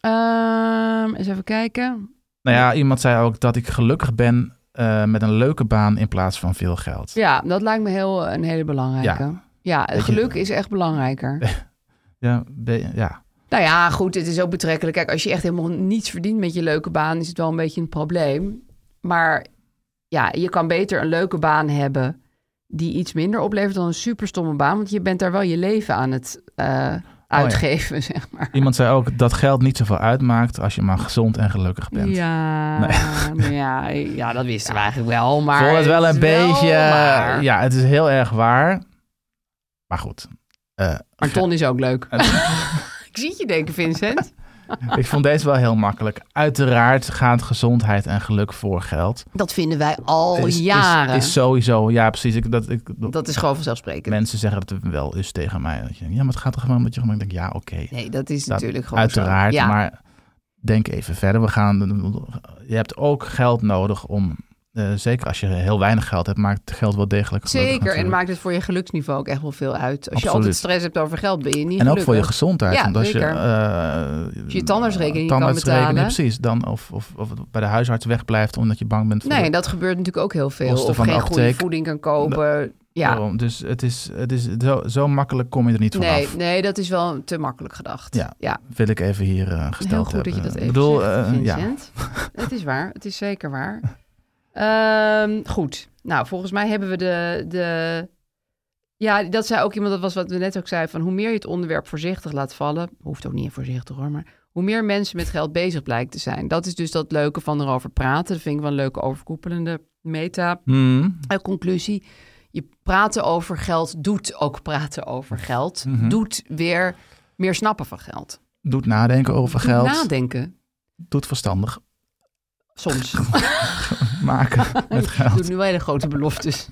Speaker 4: Ehm, eens even kijken.
Speaker 9: Nou ja, iemand zei ook dat ik gelukkig ben eh, met een leuke baan in plaats van veel geld.
Speaker 4: Ja, dat lijkt me heel, een hele belangrijke. Ja, het
Speaker 9: Weet je-
Speaker 4: geluk is echt belangrijker.
Speaker 9: Ja, be- ja.
Speaker 4: Nou ja, goed, het is ook betrekkelijk. Kijk, als je echt helemaal niets verdient met je leuke baan, is het wel een beetje een probleem. Maar ja, je kan beter een leuke baan hebben die iets minder oplevert dan een superstomme baan. Want je bent daar wel je leven aan het
Speaker 9: Oh
Speaker 4: eh, uitgeven, zeg maar.
Speaker 9: Iemand zei ook dat geld niet zoveel uitmaakt als je maar gezond en gelukkig bent.
Speaker 4: Ja, nou ja, ja, dat wisten we eigenlijk wel.
Speaker 9: Ik
Speaker 4: Maar
Speaker 9: vond het wel een
Speaker 4: is
Speaker 9: beetje... eh,
Speaker 4: maar-
Speaker 9: Ja, het is heel erg waar. Maar goed. eh,
Speaker 4: Maar Ton is ook leuk.
Speaker 9: Eh.
Speaker 4: Ik zie het je denken, Vincent.
Speaker 9: ik vond deze wel heel makkelijk. Uiteraard gaat gezondheid en geluk voor geld.
Speaker 4: Dat vinden wij al
Speaker 9: Is- is-
Speaker 4: jaren.
Speaker 9: Is, sowieso, ja precies. Ik, dat, ik,
Speaker 4: dat is gewoon vanzelfsprekend.
Speaker 9: Mensen zeggen dat het wel is tegen mij. Dat je denkt, ja, maar het gaat er gewoon met je om. Ik denk, ja, oké.
Speaker 4: Nee, dat is
Speaker 9: Dat-
Speaker 4: natuurlijk gewoon zo.
Speaker 9: Uiteraard,
Speaker 4: Ja.
Speaker 9: maar denk even verder. We gaan, je hebt ook geld nodig om, eh, zeker als je heel weinig geld hebt, maakt het geld wel degelijk gelukkig
Speaker 4: Zeker, en
Speaker 9: natuurlijk.
Speaker 4: maakt het voor je geluksniveau ook echt wel veel uit. Als je
Speaker 9: Absoluut.
Speaker 4: altijd stress hebt over geld, ben je niet
Speaker 9: En ook
Speaker 4: gelukkig.
Speaker 9: voor je gezondheid.
Speaker 4: Ja,
Speaker 9: want als
Speaker 4: zeker.
Speaker 9: je, eh,
Speaker 4: Als je tandartsrekening niet kan
Speaker 9: tandartsrekening,
Speaker 4: betalen.
Speaker 9: Precies, dan of, of, of het bij de huisarts wegblijft omdat je bang bent voor
Speaker 4: Nee,
Speaker 9: de-
Speaker 4: dat gebeurt natuurlijk ook heel veel.
Speaker 9: Kosten
Speaker 4: Of
Speaker 9: van de
Speaker 4: geen goede
Speaker 9: apotheek.
Speaker 4: voeding kan kopen. Ja,
Speaker 9: Daarom. Dus het is, het is zo, zo makkelijk kom je er niet
Speaker 4: nee,
Speaker 9: vanaf.
Speaker 4: nee, dat is wel te makkelijk gedacht.
Speaker 9: Ja, Wil ik even hier eh, gesteld
Speaker 4: heel goed
Speaker 9: hebben.
Speaker 4: dat je dat
Speaker 9: Ik
Speaker 4: even
Speaker 9: bedoel,
Speaker 4: zegt,
Speaker 9: eh, ja.
Speaker 4: Vincent. Het is waar, het is zeker waar. Ehm, goed, nou, volgens mij hebben we de... de... Ja, dat zei ook iemand, dat was wat we net ook zeiden, van hoe meer je het onderwerp voorzichtig laat vallen, hoeft ook niet voorzichtig hoor, maar hoe meer mensen met geld bezig blijkt te zijn. Dat is dus dat leuke van erover praten. Dat vind ik wel een leuke overkoepelende meta
Speaker 9: Hmm.
Speaker 4: eh, conclusie. Je praten over geld doet ook praten over geld.
Speaker 9: Mhm.
Speaker 4: Doet weer meer snappen van geld.
Speaker 9: Doet nadenken over
Speaker 4: Doet
Speaker 9: geld.
Speaker 4: Nadenken.
Speaker 9: Doet verstandig
Speaker 4: Soms.
Speaker 9: maken met
Speaker 4: Ik
Speaker 9: geld.
Speaker 4: doe nu wel hele grote beloftes.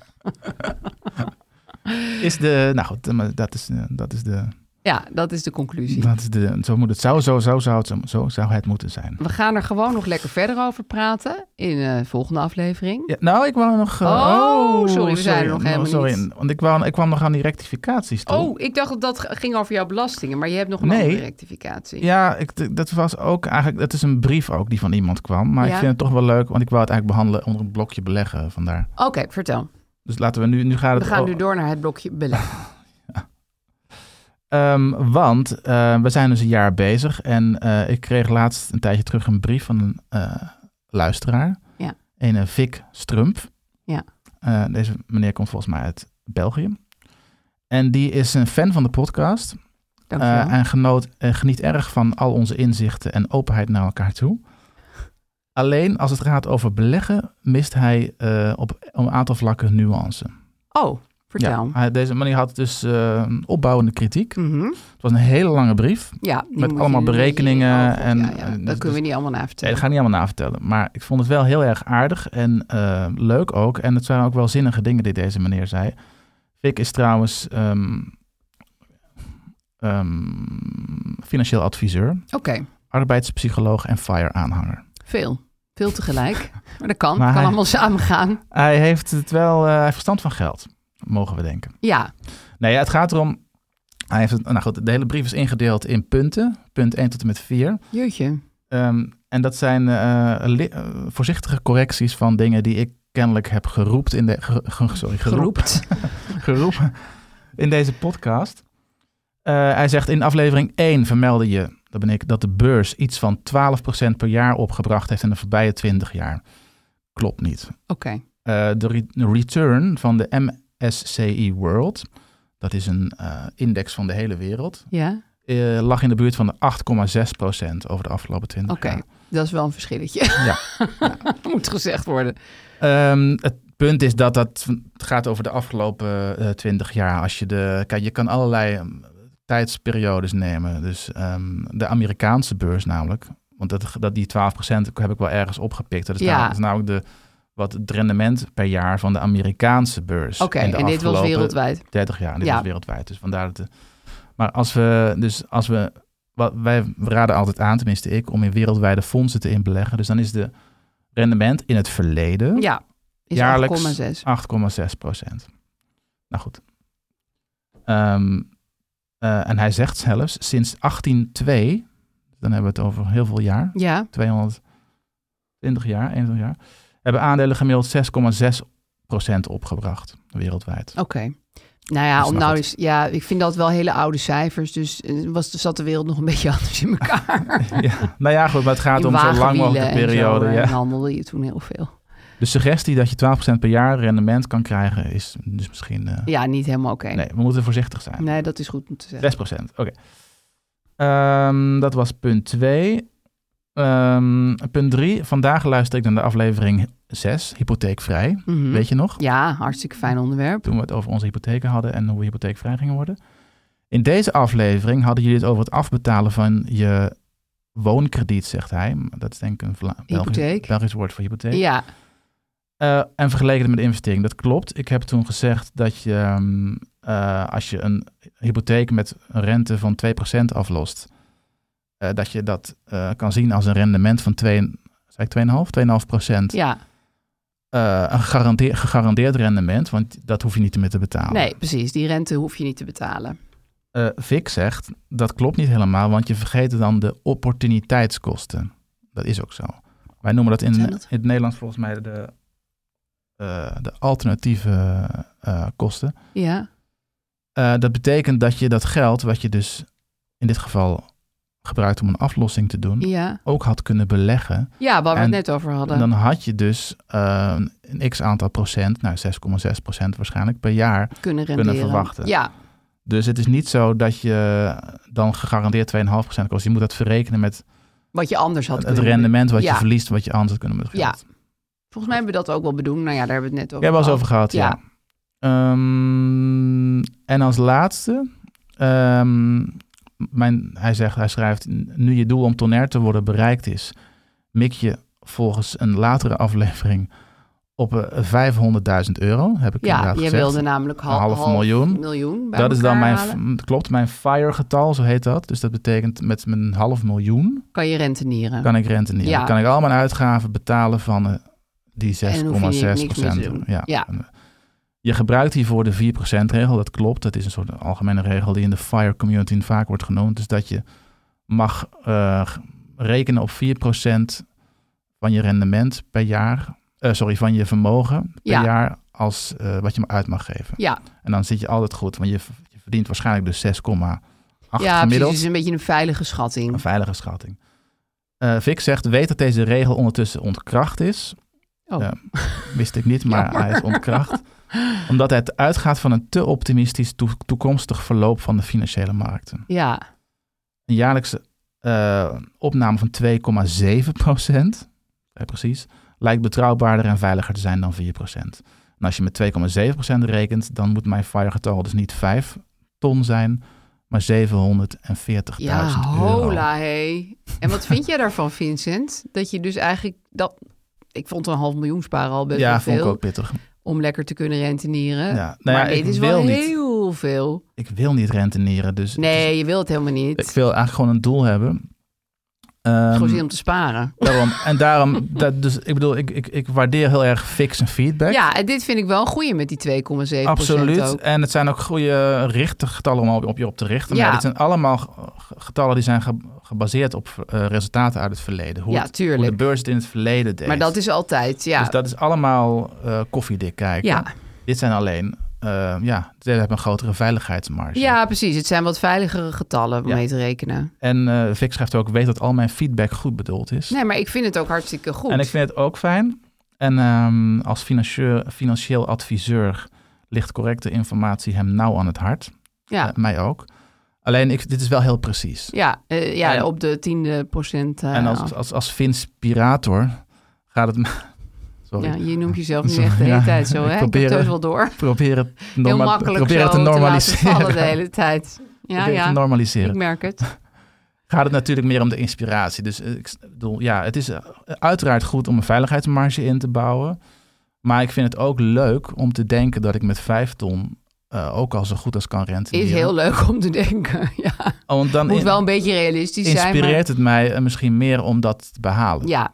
Speaker 9: Is de, nou goed, maar dat is, eh, dat is de,
Speaker 4: Ja, dat is de conclusie.
Speaker 9: dat is de, zo moet het, zou, zo, zo zou het, zo zou het moeten zijn.
Speaker 4: We gaan er gewoon nog lekker verder over praten in de volgende aflevering.
Speaker 9: Ja, nou, ik wou nog... eh,
Speaker 4: Oh, sorry, we zijn er nog helemaal
Speaker 9: sorry,
Speaker 4: niet.
Speaker 9: Want ik, wou, ik kwam nog aan die rectificaties toe.
Speaker 4: Oh, ik dacht dat dat ging over jouw belastingen, maar je hebt nog een
Speaker 9: Nee.
Speaker 4: andere rectificatie.
Speaker 9: Ja, ik, dat was ook eigenlijk, dat is een brief ook die van iemand kwam. Maar
Speaker 4: Ja.
Speaker 9: ik vind het toch wel leuk, want ik wou het eigenlijk behandelen onder een blokje beleggen vandaar.
Speaker 4: Oké, vertel.
Speaker 9: Dus laten we nu, nu gaat
Speaker 4: We
Speaker 9: het...
Speaker 4: gaan
Speaker 9: oh, Eh,
Speaker 4: nu door naar het blokje beleggen.
Speaker 9: Ehm, want eh, we zijn dus een jaar bezig en eh, ik kreeg laatst een tijdje terug een brief van een eh, luisteraar.
Speaker 4: Ja.
Speaker 9: Een eh, Vic Strump.
Speaker 4: Ja.
Speaker 9: Eh, deze meneer komt volgens mij uit België. En die is een fan van de podcast
Speaker 4: Dankjewel.
Speaker 9: eh, en genoot, eh, geniet erg van al onze inzichten en openheid naar elkaar toe. Alleen als het gaat over beleggen mist hij eh, op een aantal vlakken nuance.
Speaker 4: oh, vertel.
Speaker 9: Ja, hij- deze meneer had dus eh, opbouwende kritiek.
Speaker 4: Mhm.
Speaker 9: Het was een hele lange brief.
Speaker 4: Ja, die
Speaker 9: Met
Speaker 4: moet
Speaker 9: allemaal
Speaker 4: je nu een beetje
Speaker 9: berekeningen
Speaker 4: in-
Speaker 9: en-
Speaker 4: Ja, ja, dat
Speaker 9: en-
Speaker 4: kunnen we
Speaker 9: dus-
Speaker 4: niet allemaal
Speaker 9: Nee,
Speaker 4: navertellen.
Speaker 9: dat ga ik niet allemaal navertellen. Maar ik vond het wel heel erg aardig en eh, leuk ook. En het zijn ook wel zinnige dingen die deze meneer zei. FIC is trouwens ehm, ehm, financieel adviseur,
Speaker 4: Oké,
Speaker 9: arbeidspsycholoog en FIRE-aanhanger.
Speaker 4: veel. Veel tegelijk. Maar dat kan.
Speaker 9: Maar
Speaker 4: kan
Speaker 9: hij-
Speaker 4: allemaal samen gaan.
Speaker 9: Hij heeft het wel eh, hij heeft verstand van geld, mogen we denken.
Speaker 4: Ja,
Speaker 9: Nee, het gaat erom. Hij heeft het, nou goed, de hele brief is ingedeeld in punten. Punt 1 tot en met 4.
Speaker 4: jeetje.
Speaker 9: Ehm, en dat zijn eh, li- eh, voorzichtige correcties van dingen die ik kennelijk heb geroept in de. ge- ge- sorry, geroep,
Speaker 4: Geroept.
Speaker 9: geroepen in deze podcast. Eh, hij zegt in aflevering 1 vermeldde je, dat ben ik, dat de beurs iets van 12% per jaar opgebracht heeft in de voorbije 20 jaar. Klopt niet.
Speaker 4: Oké.
Speaker 9: Eh, de re- de return van de MSCI World, dat is een eh, index van de hele wereld,
Speaker 4: Ja,
Speaker 9: eh, lag in de buurt van de 8,6% over de afgelopen 20
Speaker 4: Oké.
Speaker 9: jaar.
Speaker 4: dat is wel een verschilletje.
Speaker 9: Ja.
Speaker 4: Moet gezegd worden.
Speaker 9: Ehm, het punt is dat dat gaat over de afgelopen eh 20 jaar. Als je de, kijk, je kan allerlei ehm, tijdsperiodes nemen. Dus ehm, de Amerikaanse beurs namelijk. Want dat, dat die 12% heb ik wel ergens opgepikt. Dat is,
Speaker 4: Ja.
Speaker 9: namelijk, dat is namelijk de, wat het rendement per jaar van de Amerikaanse beurs.
Speaker 4: Oké,
Speaker 9: in de
Speaker 4: en dit was
Speaker 9: afgelopen
Speaker 4: wereldwijd.
Speaker 9: 30 jaar. Dit
Speaker 4: Ja.
Speaker 9: is wereldwijd. Dus vandaar dat. de- maar als we. Dus als we. Wat, wij raden altijd aan, tenminste ik, om in wereldwijde fondsen te inbeleggen. Dus dan is de rendement in het verleden
Speaker 4: Ja, is
Speaker 9: Hm? Jaarlijks.
Speaker 4: 8,6.
Speaker 9: 8,6 procent. Nou goed. Ehm, eh, en hij zegt zelfs sinds 1802, dan hebben we het over heel veel jaar,
Speaker 4: Ja,
Speaker 9: 220 jaar, 21 jaar, hebben aandelen gemiddeld 6,6 procent opgebracht wereldwijd.
Speaker 4: oké. Nou ja,
Speaker 9: Dat
Speaker 4: om
Speaker 9: snap
Speaker 4: nou
Speaker 9: ik.
Speaker 4: eens, ja, ik vind dat wel hele oude cijfers. Dus eh, was, zat de wereld nog een beetje anders in elkaar.
Speaker 9: ja, nou ja, goed, maar het gaat
Speaker 4: In
Speaker 9: om zo lang mogelijk
Speaker 4: wagenwielen
Speaker 9: de
Speaker 4: en
Speaker 9: periode.
Speaker 4: Zo, eh,
Speaker 9: ja.
Speaker 4: En handelde je toen heel veel.
Speaker 9: De suggestie dat je 12% per jaar rendement kan krijgen is dus misschien... eh,
Speaker 4: Ja, niet helemaal oké.
Speaker 9: Nee, we moeten voorzichtig zijn.
Speaker 4: Nee, dat is goed om te zeggen.
Speaker 9: 6 procent, oké. Ehm, dat was punt 2. punt 3. Vandaag luister ik naar de aflevering 6, hypotheekvrij.
Speaker 4: Mhm.
Speaker 9: Weet je nog?
Speaker 4: Ja, hartstikke fijn onderwerp.
Speaker 9: Toen we het over onze hypotheken hadden en hoe we hypotheekvrij gingen worden. In deze aflevering hadden jullie het over het afbetalen van je woonkrediet, zegt hij. Maar Dat is denk ik een Vla-
Speaker 4: Hypotheek.
Speaker 9: Belgisch, Belgisch woord voor hypotheek.
Speaker 4: Ja,
Speaker 9: Eh, en vergeleken het met de investering. Dat klopt. Ik heb toen gezegd dat je, ehm, eh, als je een hypotheek met een rente van 2% aflost, eh, dat je dat eh, kan zien als een rendement van 2, zei ik 2,5? 2,5%.
Speaker 4: ja.
Speaker 9: Eh, een gegarandeer- gegarandeerd rendement, want dat hoef je niet meer te betalen.
Speaker 4: Nee, precies. Die rente hoef je niet te betalen.
Speaker 9: Eh, Vic zegt, dat klopt niet helemaal, want je vergeet dan de opportuniteitskosten. Dat is ook zo. Wij noemen dat in,
Speaker 4: Wat zijn dat?
Speaker 9: in het Nederlands volgens mij de, eh, de alternatieve eh, kosten.
Speaker 4: Ja,
Speaker 9: Eh, dat betekent dat je dat geld, wat je dus in dit geval gebruikt om een aflossing te doen,
Speaker 4: ja.
Speaker 9: ook had kunnen beleggen.
Speaker 4: Ja, waar we het
Speaker 9: En
Speaker 4: net over hadden.
Speaker 9: Dan had je dus eh, een x aantal procent, nou 6,6 procent waarschijnlijk per jaar.
Speaker 4: kunnen renderen.
Speaker 9: verwachten.
Speaker 4: Ja,
Speaker 9: Dus het is niet zo dat je dan gegarandeerd 2,5 procent kost. Je moet dat verrekenen met
Speaker 4: wat je anders had
Speaker 9: het
Speaker 4: kunnen
Speaker 9: rendement wat
Speaker 4: Ja.
Speaker 9: je verliest, wat je anders had kunnen met het
Speaker 4: Ja.
Speaker 9: geld.
Speaker 4: Volgens mij hebben we dat ook wel bedoeld. Nou ja, daar hebben we het net over
Speaker 9: Jij was
Speaker 4: gehad.
Speaker 9: over gehad, ja.
Speaker 4: Ja.
Speaker 9: Ehm, en als laatste, ehm, mijn, hij zegt, hij schrijft, nu je doel om tonair te worden bereikt is, mik je volgens een latere aflevering op eh, 500.000 euro, heb ik
Speaker 4: Ja,
Speaker 9: inderdaad
Speaker 4: jij
Speaker 9: gezegd.
Speaker 4: wilde namelijk half,
Speaker 9: Een half miljoen.
Speaker 4: miljoen bij
Speaker 9: dat is dan
Speaker 4: elkaar
Speaker 9: mijn,
Speaker 4: halen.
Speaker 9: f- klopt, mijn FIRE-getal, zo heet dat. Dus dat betekent met mijn half miljoen
Speaker 4: Kan je rentenieren.
Speaker 9: kan ik rente niet.
Speaker 4: Ja.
Speaker 9: Dan kan ik al mijn uitgaven betalen van eh, die 6,6
Speaker 4: En dan hoef je niks meer te doen.
Speaker 9: Ja. eh,
Speaker 4: Ja.
Speaker 9: Je gebruikt hiervoor de 4% regel, dat klopt. Dat is een soort algemene regel die in de FIRE community vaak wordt genoemd. Dus dat je mag eh, g- rekenen op 4% van je rendement per jaar. eh, sorry, van je vermogen per
Speaker 4: Ja.
Speaker 9: jaar als eh, wat je maar uit mag geven.
Speaker 4: Ja,
Speaker 9: En dan zit je altijd goed, want je, v- je verdient waarschijnlijk dus 6,8
Speaker 4: ja precies. Dus
Speaker 9: gemiddeld.
Speaker 4: Het is een beetje een veilige schatting.
Speaker 9: Een veilige schatting. Eh Vic zegt, weet dat deze regel ondertussen ontkracht is.
Speaker 4: Oh.
Speaker 9: Ja, wist ik niet, maar
Speaker 4: Jammer.
Speaker 9: hij is ontkracht. Omdat hij het uitgaat van een te optimistisch toe- toekomstig verloop van de financiële markten.
Speaker 4: Ja,
Speaker 9: Een jaarlijkse eh, opname van 2,7 procent, precies, lijkt betrouwbaarder en veiliger te zijn dan 4 procent. En als je met 2,7 procent rekent, dan moet mijn FIRE-getal dus niet 5 ton zijn, maar 740.000
Speaker 4: ja
Speaker 9: euro.
Speaker 4: hola hé. En wat vind jij daarvan, Vincent? Dat je dus eigenlijk dat... Ik vond een half miljoen sparen al best
Speaker 9: ja,
Speaker 4: wel
Speaker 9: vond ik
Speaker 4: veel.
Speaker 9: ook pittig.
Speaker 4: om lekker te kunnen rentenieren.
Speaker 9: Ja, nou
Speaker 4: maar
Speaker 9: ja,
Speaker 4: dit
Speaker 9: ik
Speaker 4: is wel
Speaker 9: wil niet.
Speaker 4: heel veel.
Speaker 9: Ik wil niet renteneren, dus het is-
Speaker 4: Nee, je wilt het helemaal niet.
Speaker 9: ik wil eigenlijk gewoon een doel hebben. Ehm,
Speaker 4: Gewoon zin om te sparen.
Speaker 9: daarom, en daarom, dat, dus ik bedoel, ik, ik, ik waardeer heel erg fix en feedback.
Speaker 4: Ja, en dit vind ik wel een goeie met die 2,7
Speaker 9: Absoluut.
Speaker 4: ook.
Speaker 9: En het zijn ook goede richtergetallen om op op je op te richten.
Speaker 4: Ja.
Speaker 9: Maar dit zijn allemaal g- g- getallen die zijn ge- gebaseerd op eh, resultaten uit het verleden. Hoe,
Speaker 4: Ja,
Speaker 9: het-
Speaker 4: tuurlijk.
Speaker 9: hoe de beurs het in het verleden deed.
Speaker 4: Maar dat is altijd, ja.
Speaker 9: Dus dat is allemaal eh, koffiedik kijken.
Speaker 4: ja.
Speaker 9: Dit zijn alleen, eh, ja, dit hebben een grotere veiligheidsmarge.
Speaker 4: ja, precies. Het zijn wat veiligere getallen om
Speaker 9: Ja.
Speaker 4: mee te rekenen.
Speaker 9: En eh Vic schrijft ook, weet dat al mijn feedback goed bedoeld is.
Speaker 4: Nee, maar ik vind het ook hartstikke Nou, goed.
Speaker 9: En ik vind het ook fijn. En ehm, als financieel, financieel adviseur ligt correcte informatie hem nauw aan het hart.
Speaker 4: ja.
Speaker 9: Eh, mij ook. Alleen, ik, dit is wel heel precies.
Speaker 4: Ja, eh, ja
Speaker 9: En-
Speaker 4: op de tiende procent. eh,
Speaker 9: en
Speaker 4: af.
Speaker 9: als, als, als Vinspirator gaat het... me- Sorry,
Speaker 4: ja, je noemt jezelf nu
Speaker 9: Sorry,
Speaker 4: echt de hele
Speaker 9: ja.
Speaker 4: tijd zo,
Speaker 9: Ik
Speaker 4: hè? Ik
Speaker 9: probeer-
Speaker 4: heb het heus wel door.
Speaker 9: probeer het,
Speaker 4: Heel
Speaker 9: norma-
Speaker 4: makkelijk
Speaker 9: probeer
Speaker 4: zo
Speaker 9: het te
Speaker 4: te laten
Speaker 9: normaliseren.
Speaker 4: vallen de hele tijd. Ja,
Speaker 9: Probeer het
Speaker 4: ja,
Speaker 9: te normaliseren.
Speaker 4: ik merk het.
Speaker 9: gaat het natuurlijk meer om de inspiratie. Dus eh, ik s- bedoel, ja, het is eh, uiteraard goed om een veiligheidsmarge in te bouwen. Maar ik vind het ook leuk om te denken dat ik met vijf ton eh, ook al zo goed als kan rentenieren.
Speaker 4: Is heel leuk om te denken. Ja,
Speaker 9: Oh, want dan
Speaker 4: moet
Speaker 9: in-
Speaker 4: wel een beetje realistisch zijn.
Speaker 9: inspireert
Speaker 4: Maar,
Speaker 9: het mij eh, misschien meer om dat te behalen.
Speaker 4: ja,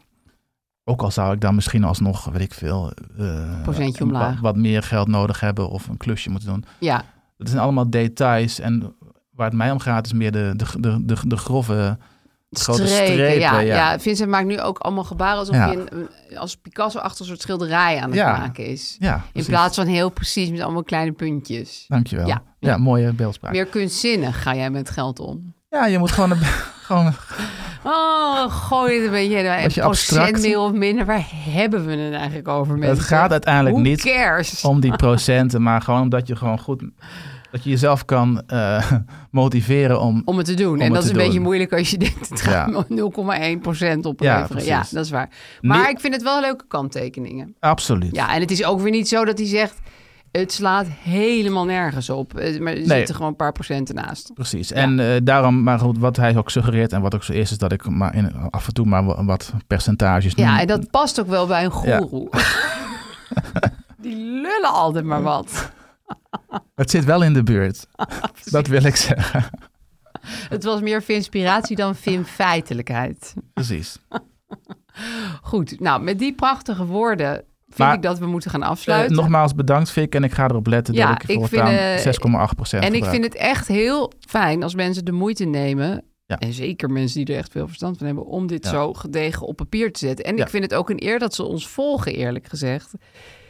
Speaker 9: Ook al zou ik dan misschien alsnog, weet ik veel, eh,
Speaker 4: Procentje
Speaker 9: een wa-
Speaker 4: omlaag.
Speaker 9: Wat, meer geld nodig hebben of een klusje moeten doen.
Speaker 4: ja,
Speaker 9: Dat zijn allemaal details en waar het mij om gaat is meer de, de, de, de, de grove... Grote
Speaker 4: streken.
Speaker 9: strepen,
Speaker 4: ja,
Speaker 9: ja.
Speaker 4: ja. Vincent maakt nu ook allemaal gebaren alsof
Speaker 9: Ja.
Speaker 4: hij een, een- als Picasso achter een soort schilderij aan het
Speaker 9: Ja.
Speaker 4: maken is.
Speaker 9: Ja,
Speaker 4: In
Speaker 9: precies.
Speaker 4: plaats van heel precies met allemaal kleine puntjes.
Speaker 9: Dankjewel.
Speaker 4: Ja.
Speaker 9: Ja, mooie beeldspraak.
Speaker 4: Meer kunstzinnig ga jij met geld om.
Speaker 9: Ja, je moet gewoon... Een, gewoon
Speaker 4: Oh, gooi het een beetje
Speaker 9: Als
Speaker 4: een
Speaker 9: je abstract-
Speaker 4: procent meer of minder. Waar hebben we het eigenlijk over, mensen?
Speaker 9: het gaat uiteindelijk
Speaker 4: Who
Speaker 9: niet
Speaker 4: cares?
Speaker 9: om die procenten, maar gewoon omdat je gewoon goed... Dat je jezelf kan eh, motiveren om...
Speaker 4: Om het te doen.
Speaker 9: Om
Speaker 4: en
Speaker 9: het
Speaker 4: dat is
Speaker 9: te
Speaker 4: een beetje
Speaker 9: doen.
Speaker 4: moeilijk als je denkt... het
Speaker 9: Ja.
Speaker 4: gaat maar 0,1% opleveren.
Speaker 9: Ja,
Speaker 4: Ja,
Speaker 9: precies.
Speaker 4: dat is waar. Maar
Speaker 9: Niet-
Speaker 4: ik vind het wel leuke kanttekeningen.
Speaker 9: Absoluut.
Speaker 4: Ja, en het is ook weer niet zo dat hij zegt... het slaat helemaal nergens op. Eh, Maar er
Speaker 9: Nee.
Speaker 4: zitten gewoon een paar procenten naast.
Speaker 9: Precies. En eh, daarom, maar goed, wat hij ook suggereert en wat ook zo is, is dat ik maar in, af en toe maar wa- wat percentages noem.
Speaker 4: Ja, en dat past ook wel bij een goeroe. Die lullen altijd maar wat.
Speaker 9: Het zit wel in de buurt. dat wil ik zeggen.
Speaker 4: Het was meer inspiratie dan feitelijkheid.
Speaker 9: Precies.
Speaker 4: Goed, nou, met die prachtige woorden vind
Speaker 9: Maar-
Speaker 4: ik dat we moeten gaan
Speaker 9: Eh,
Speaker 4: afsluiten.
Speaker 9: nogmaals bedankt, Vic. En ik ga erop letten
Speaker 4: Ja,
Speaker 9: dat ik
Speaker 4: ik
Speaker 9: voortaan
Speaker 4: vind, eh,
Speaker 9: 6,8 procent
Speaker 4: en ik vind het echt heel fijn als mensen de moeite nemen.
Speaker 9: Ja.
Speaker 4: En zeker mensen die er echt veel verstand van hebben, om dit
Speaker 9: Ja.
Speaker 4: zo gedegen op papier te zetten. En
Speaker 9: Ja.
Speaker 4: ik vind het ook een eer dat ze ons volgen, eerlijk gezegd.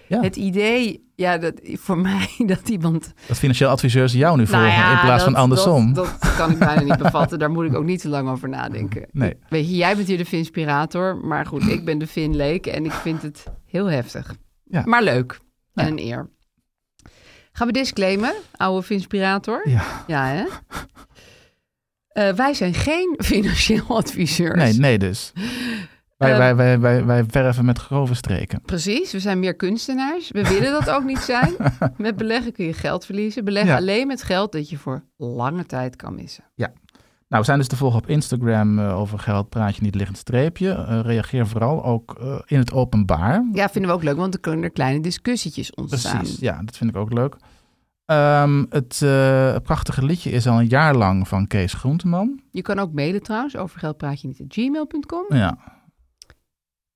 Speaker 9: Ja.
Speaker 4: Het idee, ja, dat, voor mij dat iemand.
Speaker 9: Dat financieel adviseurs jou nu volgen
Speaker 4: Nou ja,
Speaker 9: in plaats van
Speaker 4: dat-
Speaker 9: andersom.
Speaker 4: Dat, dat kan ik bijna niet bevatten. Daar moet ik ook niet te lang over nadenken.
Speaker 9: Nee.
Speaker 4: Weet je, jij bent hier de Finspirator, maar goed, ik ben de Finleek en ik vind het heel heftig.
Speaker 9: Ja.
Speaker 4: Maar leuk en
Speaker 9: Ja.
Speaker 4: een eer. Gaan we disclaimen, oude Finspirator?
Speaker 9: Ja.
Speaker 4: Ja, hè? Eh, wij zijn geen financieel adviseurs.
Speaker 9: Nee, nee dus. Wij,
Speaker 4: Ehm.
Speaker 9: wij, wij, wij, wij verven met grove streken.
Speaker 4: Precies, we zijn meer kunstenaars. We willen dat ook niet zijn. Met beleggen kun je geld verliezen. Beleg
Speaker 9: Ja.
Speaker 4: alleen met geld dat je voor lange tijd kan missen.
Speaker 9: Nou, we zijn dus te volgen op Instagram eh, over geld praat je niet liggend streepje. Eh, reageer vooral ook eh, in het openbaar.
Speaker 4: Ja, vinden we ook leuk, want er kunnen er kleine discussietjes ontstaan.
Speaker 9: Precies, ja, dat vind ik ook leuk. Ehm, het eh, prachtige liedje is al een jaar lang van Kees Groenteman.
Speaker 4: Je kan ook mailen trouwens over geldpraatje niet gmail.com.
Speaker 9: Ja,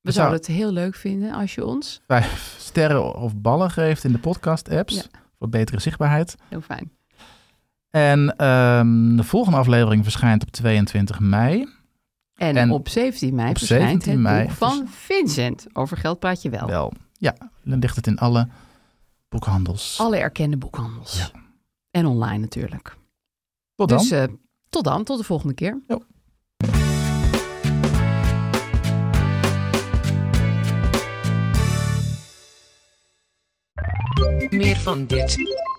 Speaker 4: We zouden het heel leuk vinden als je ons.
Speaker 9: vijf sterren of ballen geeft in de podcast-apps
Speaker 4: Ja.
Speaker 9: voor betere zichtbaarheid.
Speaker 4: Heel fijn.
Speaker 9: En ehm, de volgende aflevering verschijnt op 22 mei.
Speaker 4: En,
Speaker 9: En
Speaker 4: op 17 mei
Speaker 9: op
Speaker 4: verschijnt
Speaker 9: 17
Speaker 4: het
Speaker 9: mei
Speaker 4: boek van Vincent. Over geld praat je wel.
Speaker 9: Wel, ja, dan ligt het in alle boekhandels.
Speaker 4: Alle erkende boekhandels. En online natuurlijk.
Speaker 9: Tot dan.
Speaker 4: Dus eh, tot dan, tot de volgende keer.
Speaker 8: Meer van dit.